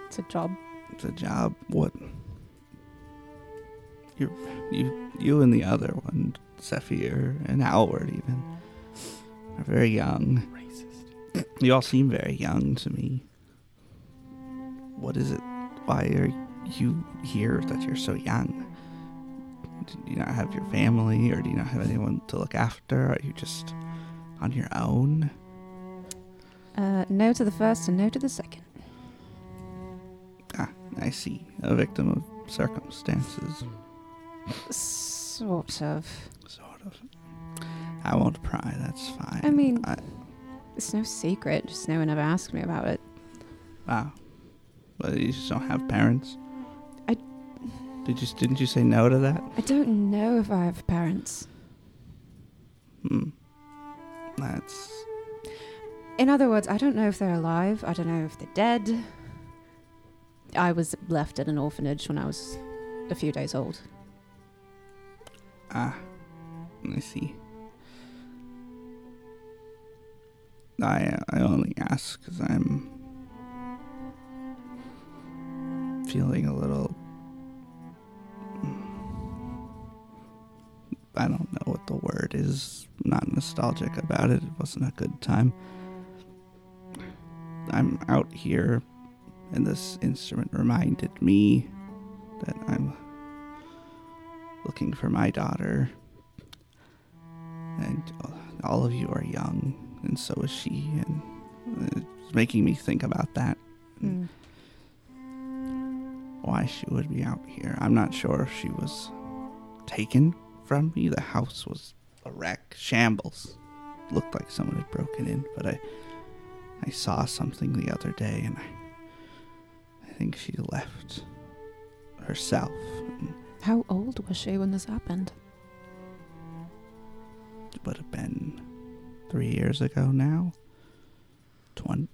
C: It's a job.
E: It's a job. What? You, you, you, and the other one, Zephyr and Howard, even, are very young. You all seem very young to me. What is it? Why are you here that you're so young? Do you not have your family, or do you not have anyone to look after? Are you just on your own?
C: Uh, no to the first and no to the second.
E: Ah, I see. A victim of circumstances.
C: Sort of.
E: Sort of. I won't pry, that's fine.
C: I mean,
E: I,
C: it's no secret. Just no one ever asked me about it.
E: wow. But ah. you just don't have parents?
C: I-
E: Did you, didn't you say no to that?
C: I don't know if I have parents.
E: Hmm. That's.
C: In other words, I don't know if they're alive. I don't know if they're dead. I was left at an orphanage when I was a few days old.
E: Ah. I see. I, I only ask because I'm feeling a little. I don't know what the word is. Not nostalgic about it. It wasn't a good time. I'm out here, and this instrument reminded me that I'm looking for my daughter. And all of you are young, and so is she, and it's making me think about that
C: Hmm.
E: Mm. why she would be out here. I'm not sure if she was taken from me. The house was a wreck, shambles. Looked like someone had broken in, but I I saw something the other day and I think she left herself.
C: How old was she when this happened?
E: It would have been three years ago now. Twenty.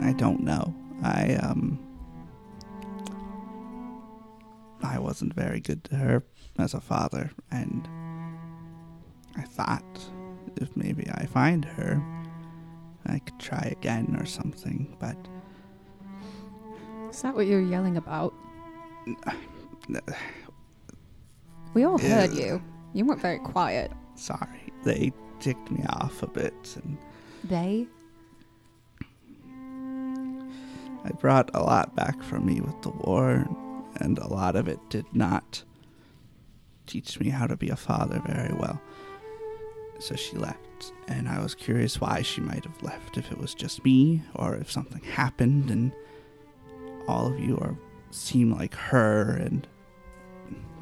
E: I don't know. I um. I wasn't very good to her as a father, and I thought if maybe I find her, I could try again or something, but
C: Is that what you're yelling about?
E: no.
C: We all heard
E: Yeah.
C: you. You weren't very quiet.
E: sorry. They ticked me off a bit, and
C: They?
E: I brought a lot back from me with the war, and a lot of it did not teach me how to be a father very well. So she left, and I was curious why she might have left, if it was just me, or if something happened, and all of you are seem like her, and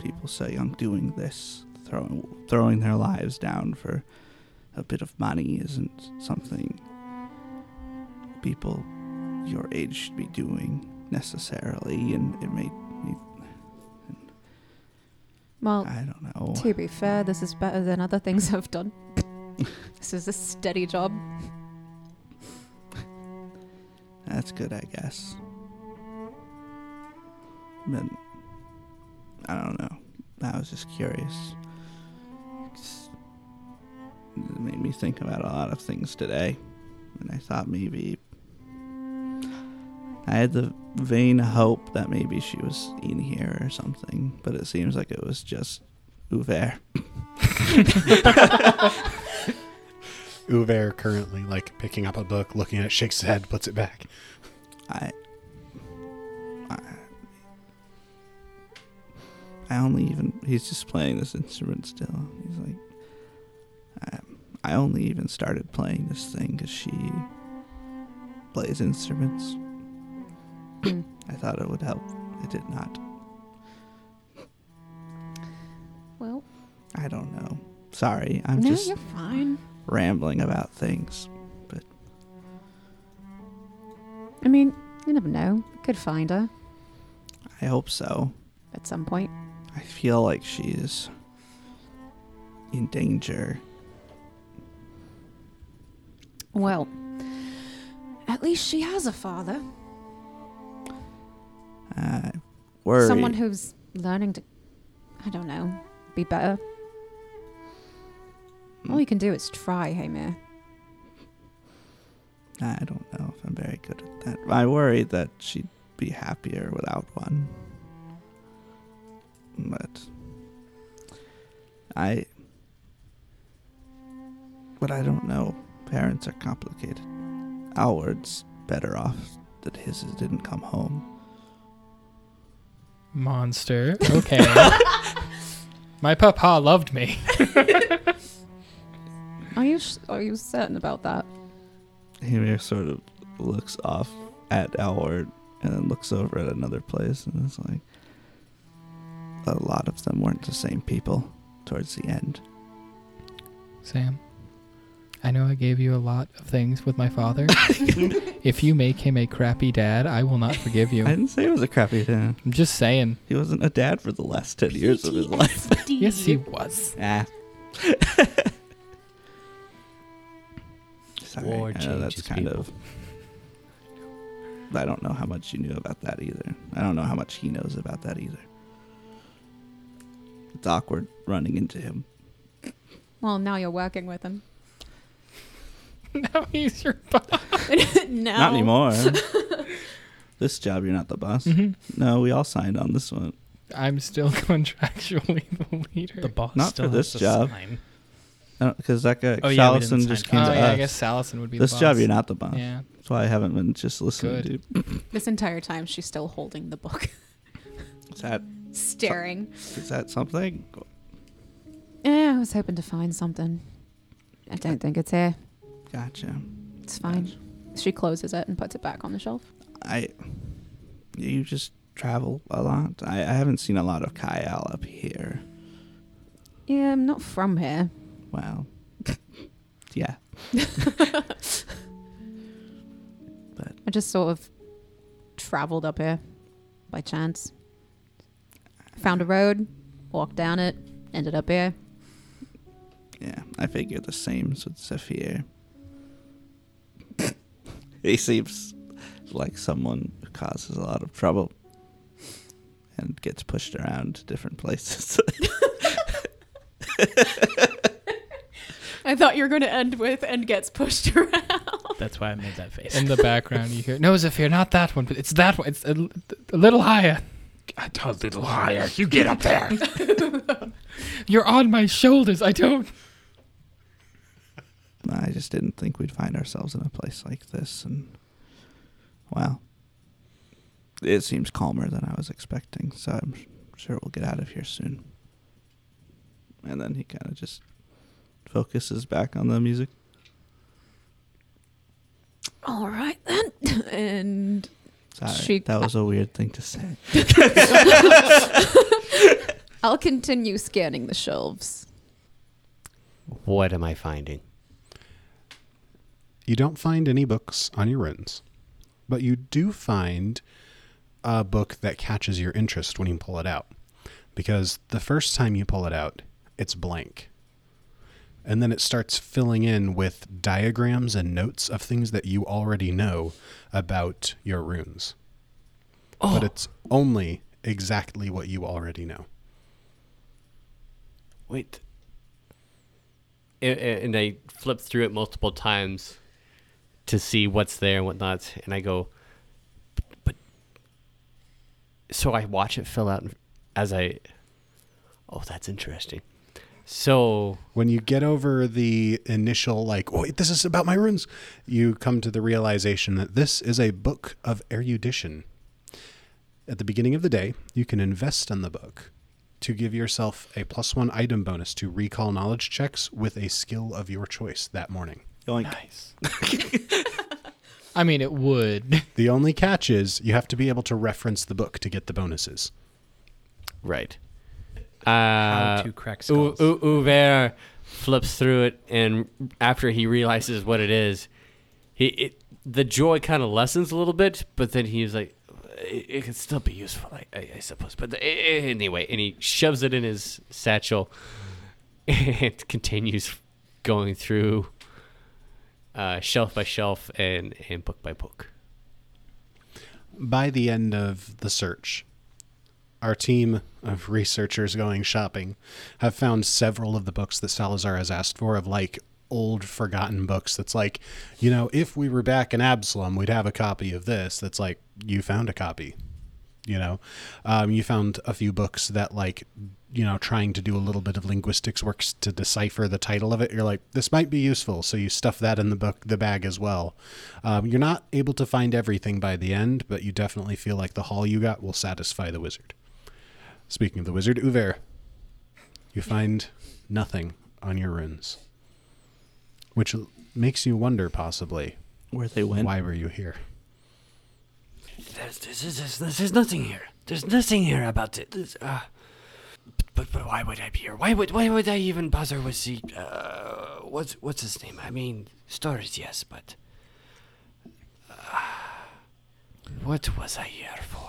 E: people say I'm doing this, throwing throwing their lives down for a bit of money isn't something people your age should be doing necessarily, and it made me.
C: Well,
E: I don't know.
C: to be fair, this is better than other things I've done. this is a steady job.
E: That's good, I guess. But I don't know. I was just curious. It's- It made me think about a lot of things today, and I thought maybe I had the vain hope that maybe she was in here or something, but it seems like it was just Uver.
G: Uver currently like picking up a book, looking at it, shakes his head, puts it back.
E: I, I, I only even. He's just playing this instrument still. He's like, I, I only even started playing this thing because she plays instruments.
C: Hmm.
E: I thought it would help. It did not.
C: Well,
E: I don't know. Sorry, I'm
C: no,
E: just
C: you're fine.
E: rambling about things.
C: I mean, you never know. Could find her
E: I hope so.
C: at some point.
E: I feel like she is in danger.
C: Well, at least she has a father.
E: Uh, worried.
C: Someone who's learning to, I don't know, be better. All you can do is try, Hamir.
E: I don't know if I'm very good at that. I worry that she'd be happier without one. But I but I don't know. Parents are complicated. Alward's better off that his didn't come home.
D: Monster. Okay. My papa loved me.
C: Are you s are you certain about that?
E: He sort of looks off at Alward and then looks over at another place and is like a lot of them weren't the same people towards the end.
D: Sam, I know I gave you a lot of things with my father. if you make him a crappy dad, I will not forgive you.
E: I didn't say it was a crappy thing.
D: I'm just saying.
E: He wasn't a dad for the last 10 years of his life.
D: Yes, he was.
E: ah. Sorry,
F: War
E: I know that's
F: changes
E: kind of. I don't know how much you knew about that either. I don't know how much he knows about that either. It's awkward running into him.
C: Well, now you're working with him.
D: Now he's your papa.
C: no.
E: Not anymore. this job, you're not the boss. No, we all signed on this one.
D: Mm-hmm. I'm still contractually the leader.
J: The boss
E: Not for
J: still
E: this
J: has to
E: job.
J: sign.
E: Because that guy,
J: Oh, yeah, we
E: Sallison,
J: didn't
E: just
J: sign
E: came
D: oh,
E: to
D: yeah,
E: us.
D: I guess Salison would be
E: this
D: the boss.
E: job, you're not the boss.
D: Yeah.
E: That's why I haven't been just listening
D: Good.
E: to.
C: This entire time, she's still holding the book,
E: Is that
C: staring.
E: is that something?
C: Yeah, I was hoping to find something. I don't think it's here.
E: Gotcha.
C: It's fine. She closes it and puts it back on the shelf.
E: I you just travel a lot. I, I haven't seen a lot of Kyle up here.
C: Yeah, I'm not from here.
E: Well, yeah. but
N: I just sort of traveled up here by chance. Found a road, walked down it, ended up here.
E: Yeah, I figure the same with Zephyr. he seems like someone who causes a lot of trouble and gets pushed around to different places.
C: I thought you were going to end with and gets pushed around.
H: That's why I made that face.
D: In the background, you hear, no, Zephyr, not that one, but it's that one. It's a, l- a little higher.
O: I told little higher. You get up there.
D: You're on my shoulders. I don't.
E: I just didn't think we'd find ourselves in a place like this, and well, it seems calmer than I was expecting. So I'm sure we'll get out of here soon. And then he kind of just focuses back on the music.
C: All right then. And
E: Sorry,
N: She-
E: that was a weird thing to say.
C: I'll continue scanning the shelves.
A: What am I finding?
G: You don't find any books on your runes, but you do find a book that catches your interest when you pull it out. Because the first time you pull it out, it's blank. And then it starts filling in with diagrams and notes of things that you already know about your runes. But it's only exactly what you already know.
A: Wait,
I: and, and I flip through it multiple times to see what's there and whatnot, and I go, but. So I watch it fill out as I. Oh, that's interesting. So
G: when you get over the initial like wait this is about my runes you come to the realization that this is a book of erudition at the beginning of the day you can invest in the book to give yourself a plus one item bonus to recall knowledge checks with a skill of your choice that morning
E: Yoink.
D: I mean, it would.
G: the only catch is you have to be able to reference the book to get the bonuses
I: right.
H: How
I: Uh,
H: to crack
I: U-
H: skulls.
I: U- Uver flips through it, and after he realizes what it is, he it, the joy kind of lessens a little bit. But then he's like, "It, it can still be useful, I, I, I suppose." But the, a- a- anyway, and he shoves it in his satchel and continues going through uh, shelf by shelf and, and book by book.
G: by the end of the search, our team of researchers going shopping have found several of the books that Salazar has asked for, of like old forgotten books. That's like, you know, if we were back in Absalom, we'd have a copy of this. That's like, you found a copy. You know, um, you found a few books that, like, you know, trying to do a little bit of linguistics works to decipher the title of it. You're like, this might be useful, so you stuff that in the book, the bag as well. Um, you're not able to find everything by the end, but you definitely feel like the haul you got will satisfy the wizard. Speaking of the wizard, Uver, you find nothing on your runes, which l- makes you wonder possibly
E: Where they went.
G: why were you here.
A: There's, this is this, this is nothing here. There's nothing here about it. This, uh, but but why would I be here? Why would why would I even bother with the uh, what's what's his name? I mean, stories, yes, but uh, what was I here for?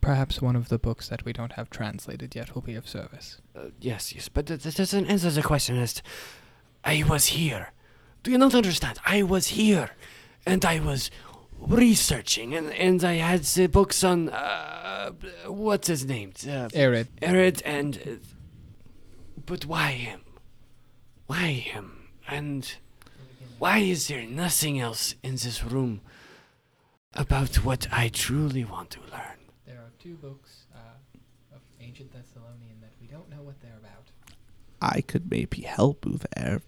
D: Perhaps one of the books that we don't have translated yet will be of service.
A: Uh, yes, yes, but th- th- this doesn't answer the question. As to, I was here. Do you not understand? I was here, and I was researching, and, and I had the books on uh, what's his name, uh,
D: Aerith,
A: Arid, and uh, but why him? Why him? And why is there nothing else in this room about what I truly want to learn?
D: There are two books uh, of ancient Thessalonian that we don't know what they're about.
E: I could maybe help Uver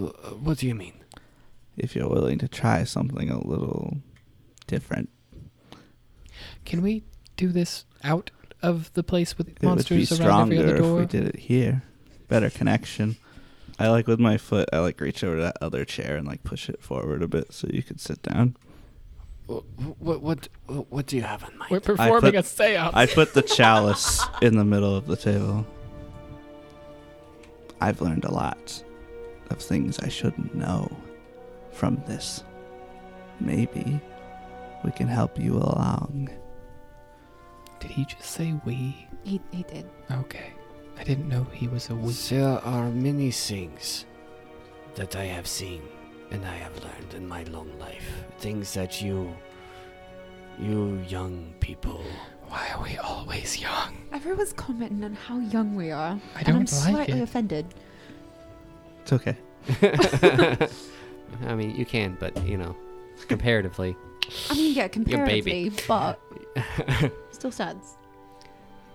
A: Uh, What do you mean?
E: if you're willing to try something a little different.
D: Can we do this out of the place with
E: It would be
D: monsters around every
E: stronger
D: other
E: if we
D: door?
E: did it here. Better connection. I like with my foot. I like reach over to that other chair and like push it forward a bit so you could sit down.
A: What what what, what do you have in mind?
D: We're performing
E: put-
D: a seance.
E: I put the chalice in the middle of the table. I've learned a lot of things I shouldn't know from this. maybe we can help you along.
D: Did he just say we?
P: He, he did.
D: Okay. I didn't know he was a we.
I: There are many things that I have seen and I have learned in my long life. Things that you, you young people,
D: Why are we always young?
C: Everyone's commenting on how young we are.
D: I
C: and
D: don't
C: I'm
D: like
C: slightly
D: it.
C: offended.
E: It's okay.
F: I mean, you can, but you know, comparatively.
C: I mean, yeah,
F: You're a baby.
C: comparatively, but still suds.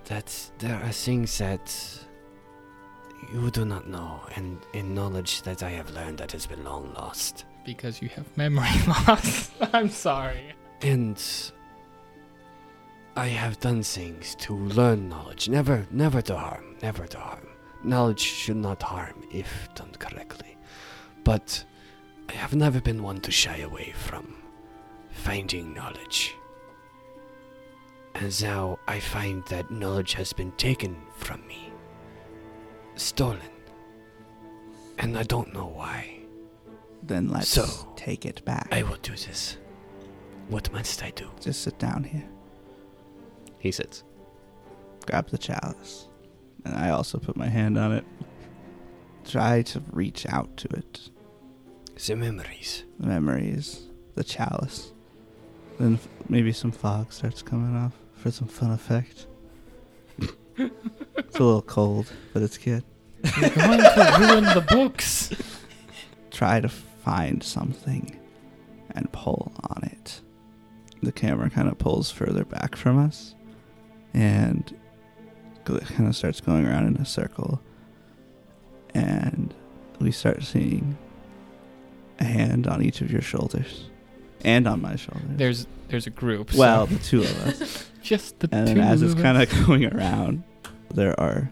I: that there are things that you do not know, and in knowledge that I have learned that has been long lost.
D: uh, Because you have memory loss. I'm sorry.
I: And I have done things to learn knowledge, never, never to harm, never to harm. Knowledge should not harm if done correctly. But I have never been one to shy away from finding knowledge. And now I find that knowledge has been taken from me, stolen. And I don't know why.
E: Then let's
I: So,
E: take it back.
I: I will do this. What must I do?
E: Just sit down here.
F: He sits.
E: Grab the chalice. And I also put my hand on it. Try to reach out to it.
I: The memories.
E: The memories. The chalice. Then f- maybe some fog starts coming off for some fun effect. it's a little cold, but it's good.
D: You're going to ruin the books.
E: try to find something and pull on it. The camera kind of pulls further back from us and kind of starts going around in a circle. And we start seeing a hand on each of your shoulders and on my shoulders.
D: There's there's a group. so-
E: well, the two of us.
D: just the
E: And
D: two
E: then as it's
D: of
E: kind
D: us.
E: of going around, there are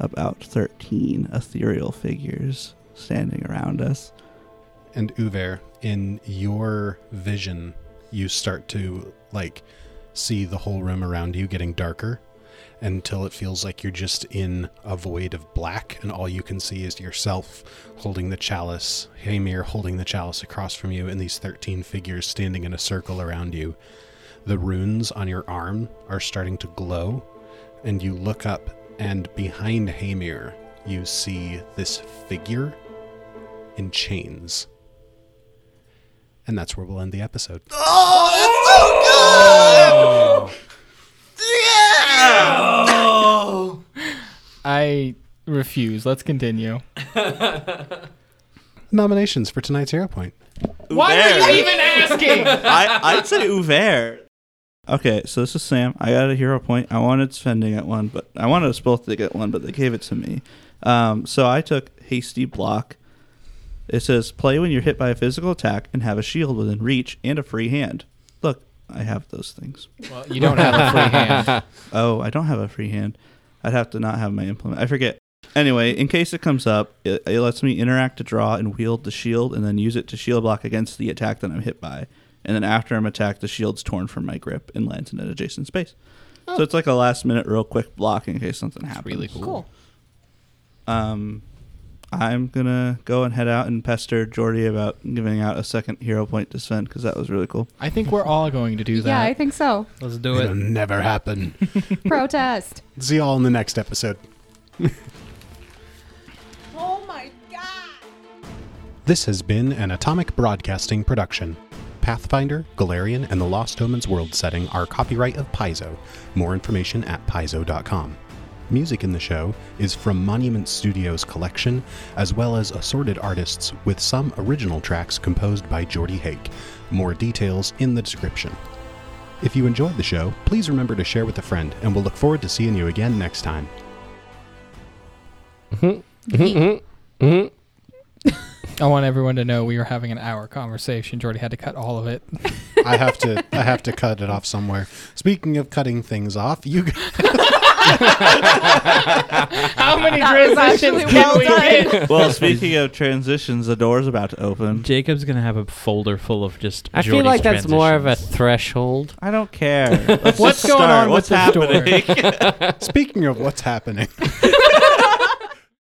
E: about 13 ethereal figures standing around us.
G: and Uver, in your vision, you start to like see the whole room around you getting darker until it feels like you're just in a void of black and all you can see is yourself holding the chalice, Hamir holding the chalice across from you and these 13 figures standing in a circle around you. The runes on your arm are starting to glow and you look up and behind Hamir you see this figure in chains. And that's where we'll end the episode.
D: I refuse. Let's continue.
G: Nominations for tonight's Hero Point.
D: Why were you even asking?
E: I, I'd say Uver. Okay, so this is Sam. I got a hero point. I wanted Sven to get one, but I wanted us both to get one, but they gave it to me. Um, so I took Hasty Block. It says play when you're hit by a physical attack and have a shield within reach and a free hand. Look, I have those things.
D: well, you don't have a free hand.
E: Oh, I don't have a free hand. I'd have to not have my implement. I forget. Anyway, in case it comes up, it, it lets me interact to draw and wield the shield and then use it to shield block against the attack that I'm hit by. And then after I'm attacked, the shield's torn from my grip and lands in an adjacent space.
C: Oh.
E: So it's like a last minute, real quick block in case something happens.
D: really cool. Cool.
E: Um, I'm going to go and head out and pester Jordy about giving out a second hero point to Sven because that was really cool.
D: I think we're all going to do that.
C: Yeah, I think so.
H: Let's do
G: It'll never happen.
C: Protest.
G: See y'all in the next episode.
P: Oh my god.
G: This has been an Atomic Broadcasting production. Pathfinder, Galarian, and the Lost Omens world setting are copyright of Paizo. More information at paizo.com. Music in the show is from Monument Studios collection, as well as assorted artists with some original tracks composed by Jordy Hake. More details in the description. If you enjoyed the show, please remember to share with a friend, and we'll look forward to seeing you again next time.
D: I want everyone to know we were having an hour conversation. Jordy had to cut all of it.
G: I have to I have to cut it off somewhere. Speaking of cutting things off, you guys
D: How many
C: was
D: transitions
C: actually
D: can
C: well
D: we
C: done.
D: get?
E: Well, speaking of transitions, the door's about to open.
H: Jacob's gonna have a folder full of just.
F: I feel
H: Geordie's
F: like that's more of a
H: transitions.
F: threshold.
E: I don't care. Let's
D: What's
E: just
D: going
E: start.
D: on
E: What's
D: with this door?
E: happening?
G: Speaking of what's happening,